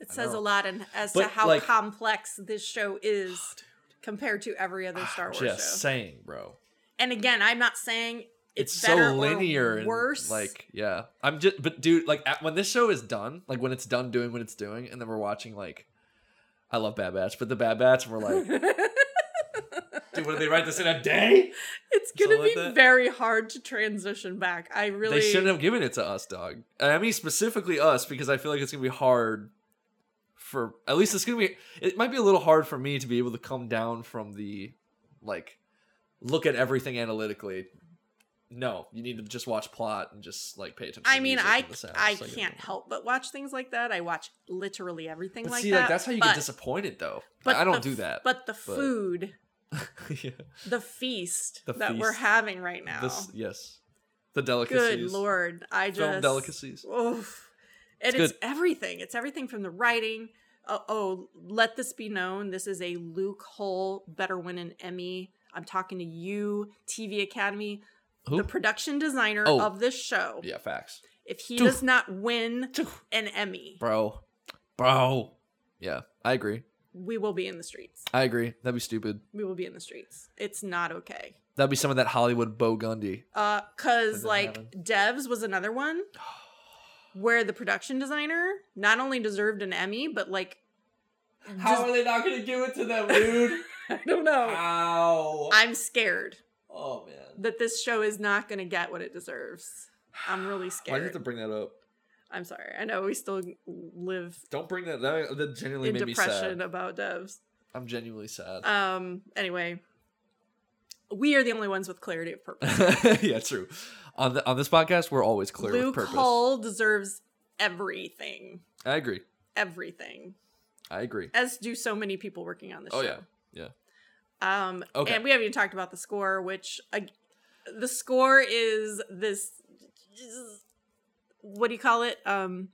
S3: it
S2: I
S3: says a
S2: know.
S3: lot and as to
S2: But,
S3: how
S2: like-
S3: complex this show is compared to every other
S2: Ah,
S3: Star Wars
S2: Just
S3: show.
S2: saying, bro.
S3: and again, I'm not saying
S2: It's,
S3: it's, better
S2: so linear
S3: or
S2: and
S3: worse.
S2: like yeah. I'm just but dude, like at, when this show is done, like when it's done doing what it's doing, and then we're watching like I love Bad Batch, but the Bad Batch, and we're like, dude, what did they write this in a day?
S3: It's gonna
S2: Something like
S3: be
S2: that.
S3: very hard to transition back. I really
S2: They shouldn't have given it to us, dog. And I mean specifically us because I feel like it's gonna be hard for at least it's gonna be it might be a little hard for me to be able to come down from the like look at everything analytically. No, you need to just watch plot and just like pay attention. to
S3: I
S2: the
S3: mean,
S2: music
S3: I
S2: and the sounds.
S3: I
S2: get
S3: can't
S2: it.
S3: help but watch things like that. I watch literally everything
S2: But
S3: like
S2: see,
S3: that.
S2: like that's how you
S3: but-
S2: get disappointed, though. But I
S3: the
S2: don't
S3: f-
S2: do that.
S3: But the
S2: but-
S3: food,
S2: yeah.
S3: the feast
S2: The
S3: that we're
S2: feast.
S3: having right now.
S2: This, yes, the
S3: Good
S2: delicacies,
S3: lord, I just
S2: film delicacies.
S3: Oof. And
S2: It's
S3: it's, everything. It's everything from the writing. Uh, oh, let this be known. This is a Luke Hull better win an Emmy. I'm talking to you, TV Academy,
S2: Who?
S3: the production designer
S2: Oh.
S3: of this show.
S2: yeah, facts,
S3: If he
S2: Doof.
S3: does not win an Emmy,
S2: bro, bro. Yeah, I agree.
S3: we will be in the streets.
S2: I agree. That'd be stupid.
S3: We will be in the streets. It's not okay.
S2: That'd be some of that Hollywood Bo Gundy.
S3: Uh, cause
S2: Doesn't
S3: like
S2: happen.
S3: Devs was another one where the production designer not only deserved an Emmy, but like
S2: How are they not gonna give it to them, dude?
S3: I don't know.
S2: How?
S3: I'm scared
S2: oh man.
S3: that this show is not going to get what it deserves. I'm really
S2: Why do you
S3: scared.
S2: have to bring that up?
S3: I'm sorry. I know we still live
S2: Don't bring that. That, that genuinely
S3: in
S2: made me
S3: depression
S2: sad.
S3: about devs.
S2: I'm genuinely sad.
S3: Um. Anyway, we are the only ones with clarity of purpose.
S2: yeah, true. On the, on this podcast, we're always clear
S3: Luke
S2: with purpose.
S3: Hull deserves everything.
S2: I agree.
S3: Everything.
S2: I agree.
S3: As do so many people working on this
S2: Oh,
S3: show.
S2: yeah. Yeah.
S3: Um,
S2: Okay.
S3: And we haven't even talked about the score, which uh, the score is this. What do you call it? Um,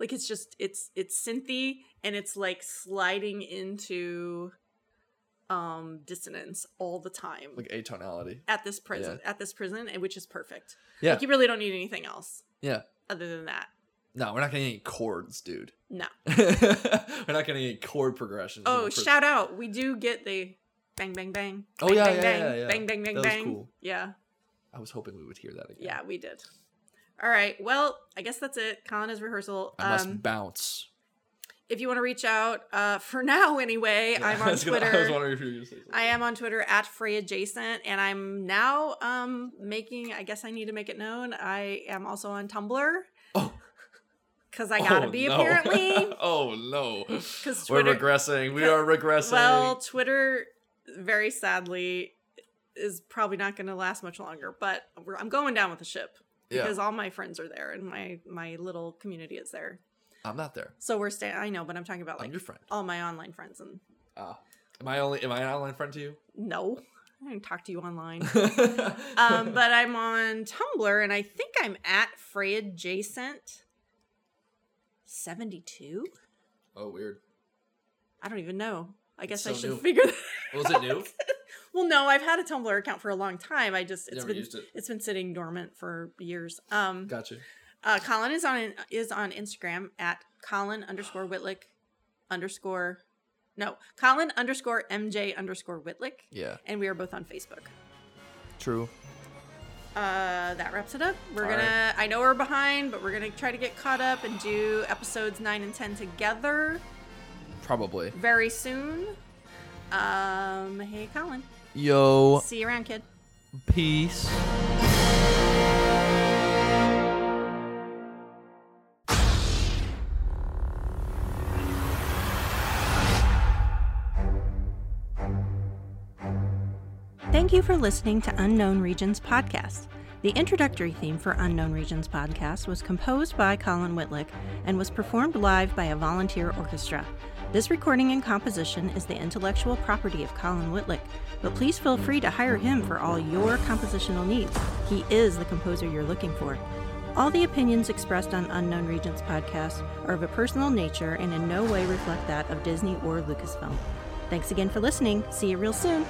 S3: like it's just it's it's synthy and it's like sliding into um dissonance all the time
S2: Like atonality.
S3: at this prison at this prison and which is perfect
S2: Yeah.
S3: like you really don't need anything else
S2: Yeah.
S3: other than that
S2: No, we're not getting any chords, dude.
S3: no
S2: we're not getting any chord progressions. in
S3: oh
S2: the pr-
S3: shout out we do get the bang bang bang
S2: Oh,
S3: bang,
S2: yeah,
S3: bang,
S2: yeah,
S3: bang,
S2: yeah, yeah.
S3: bang bang bang
S2: That was
S3: bang
S2: cool.
S3: yeah
S2: I was hoping we would hear that again.
S3: Yeah, we did. All right. Well, I guess that's it. Colin is rehearsal.
S2: I must
S3: Um,
S2: bounce.
S3: if you want to reach out, uh, for now anyway, I'm
S2: I
S3: on
S2: was gonna- I was
S3: Twitter.
S2: wondering if you were gonna say something.
S3: I am on Twitter at FreyAdjacent, and I'm now um, making. I guess I need to make it known. I am also on Tumblr
S2: Oh,
S3: because I gotta
S2: oh,
S3: be
S2: no.
S3: apparently.
S2: oh no.
S3: Because
S2: We're
S3: Twitter,
S2: regressing. We are regressing.
S3: well, Twitter, very sadly, is probably not going to last much longer. But we're, I'm going down with the ship
S2: yeah.
S3: because all my friends are there, and my my little community is there.
S2: I'm not there.
S3: So we're staying. I know, but I'm talking about
S2: I'm
S3: like
S2: your friend.
S3: all my online friends and
S2: Ah. am I only am I an online friend to you?
S3: no,
S1: I can talk to you online. um, but I'm on Tumblr and I think I'm at freyadjacent72.
S2: oh, weird.
S1: I don't even know. I guess I
S2: so
S1: should
S2: new.
S1: figure that
S2: Was it new?
S1: Well, no, I've had a Tumblr account for a long time. I just it's
S2: Never
S1: been
S2: used it.
S1: has been sitting dormant for years. Um,
S2: Gotcha.
S1: uh, Colin is on is on Instagram at Colin underscore Whitlick underscore no Colin underscore MJ underscore Whitlick,
S2: Yeah.
S1: and we are both on Facebook.
S2: True.
S1: Uh, that wraps it up. We're
S2: All
S1: gonna. I know we're behind, but we're gonna try to get caught up and do episodes nine and ten together
S2: Probably.
S1: very soon. Um, hey Colin,
S2: Yo,
S1: see you around, kid.
S2: peace.
S1: Thank you for listening to Unknown Regions Podcast. The introductory theme for Unknown Regions Podcast was composed by Colin Whitlick and was performed live by a volunteer orchestra. This recording and composition is the intellectual property of Colin Whitlick, but please feel free to hire him for all your compositional needs. He is the composer you're looking for. All the opinions expressed on Unknown Regions podcast are of a personal nature and in no way reflect that of Disney or Lucasfilm. Thanks again for listening. See you real soon.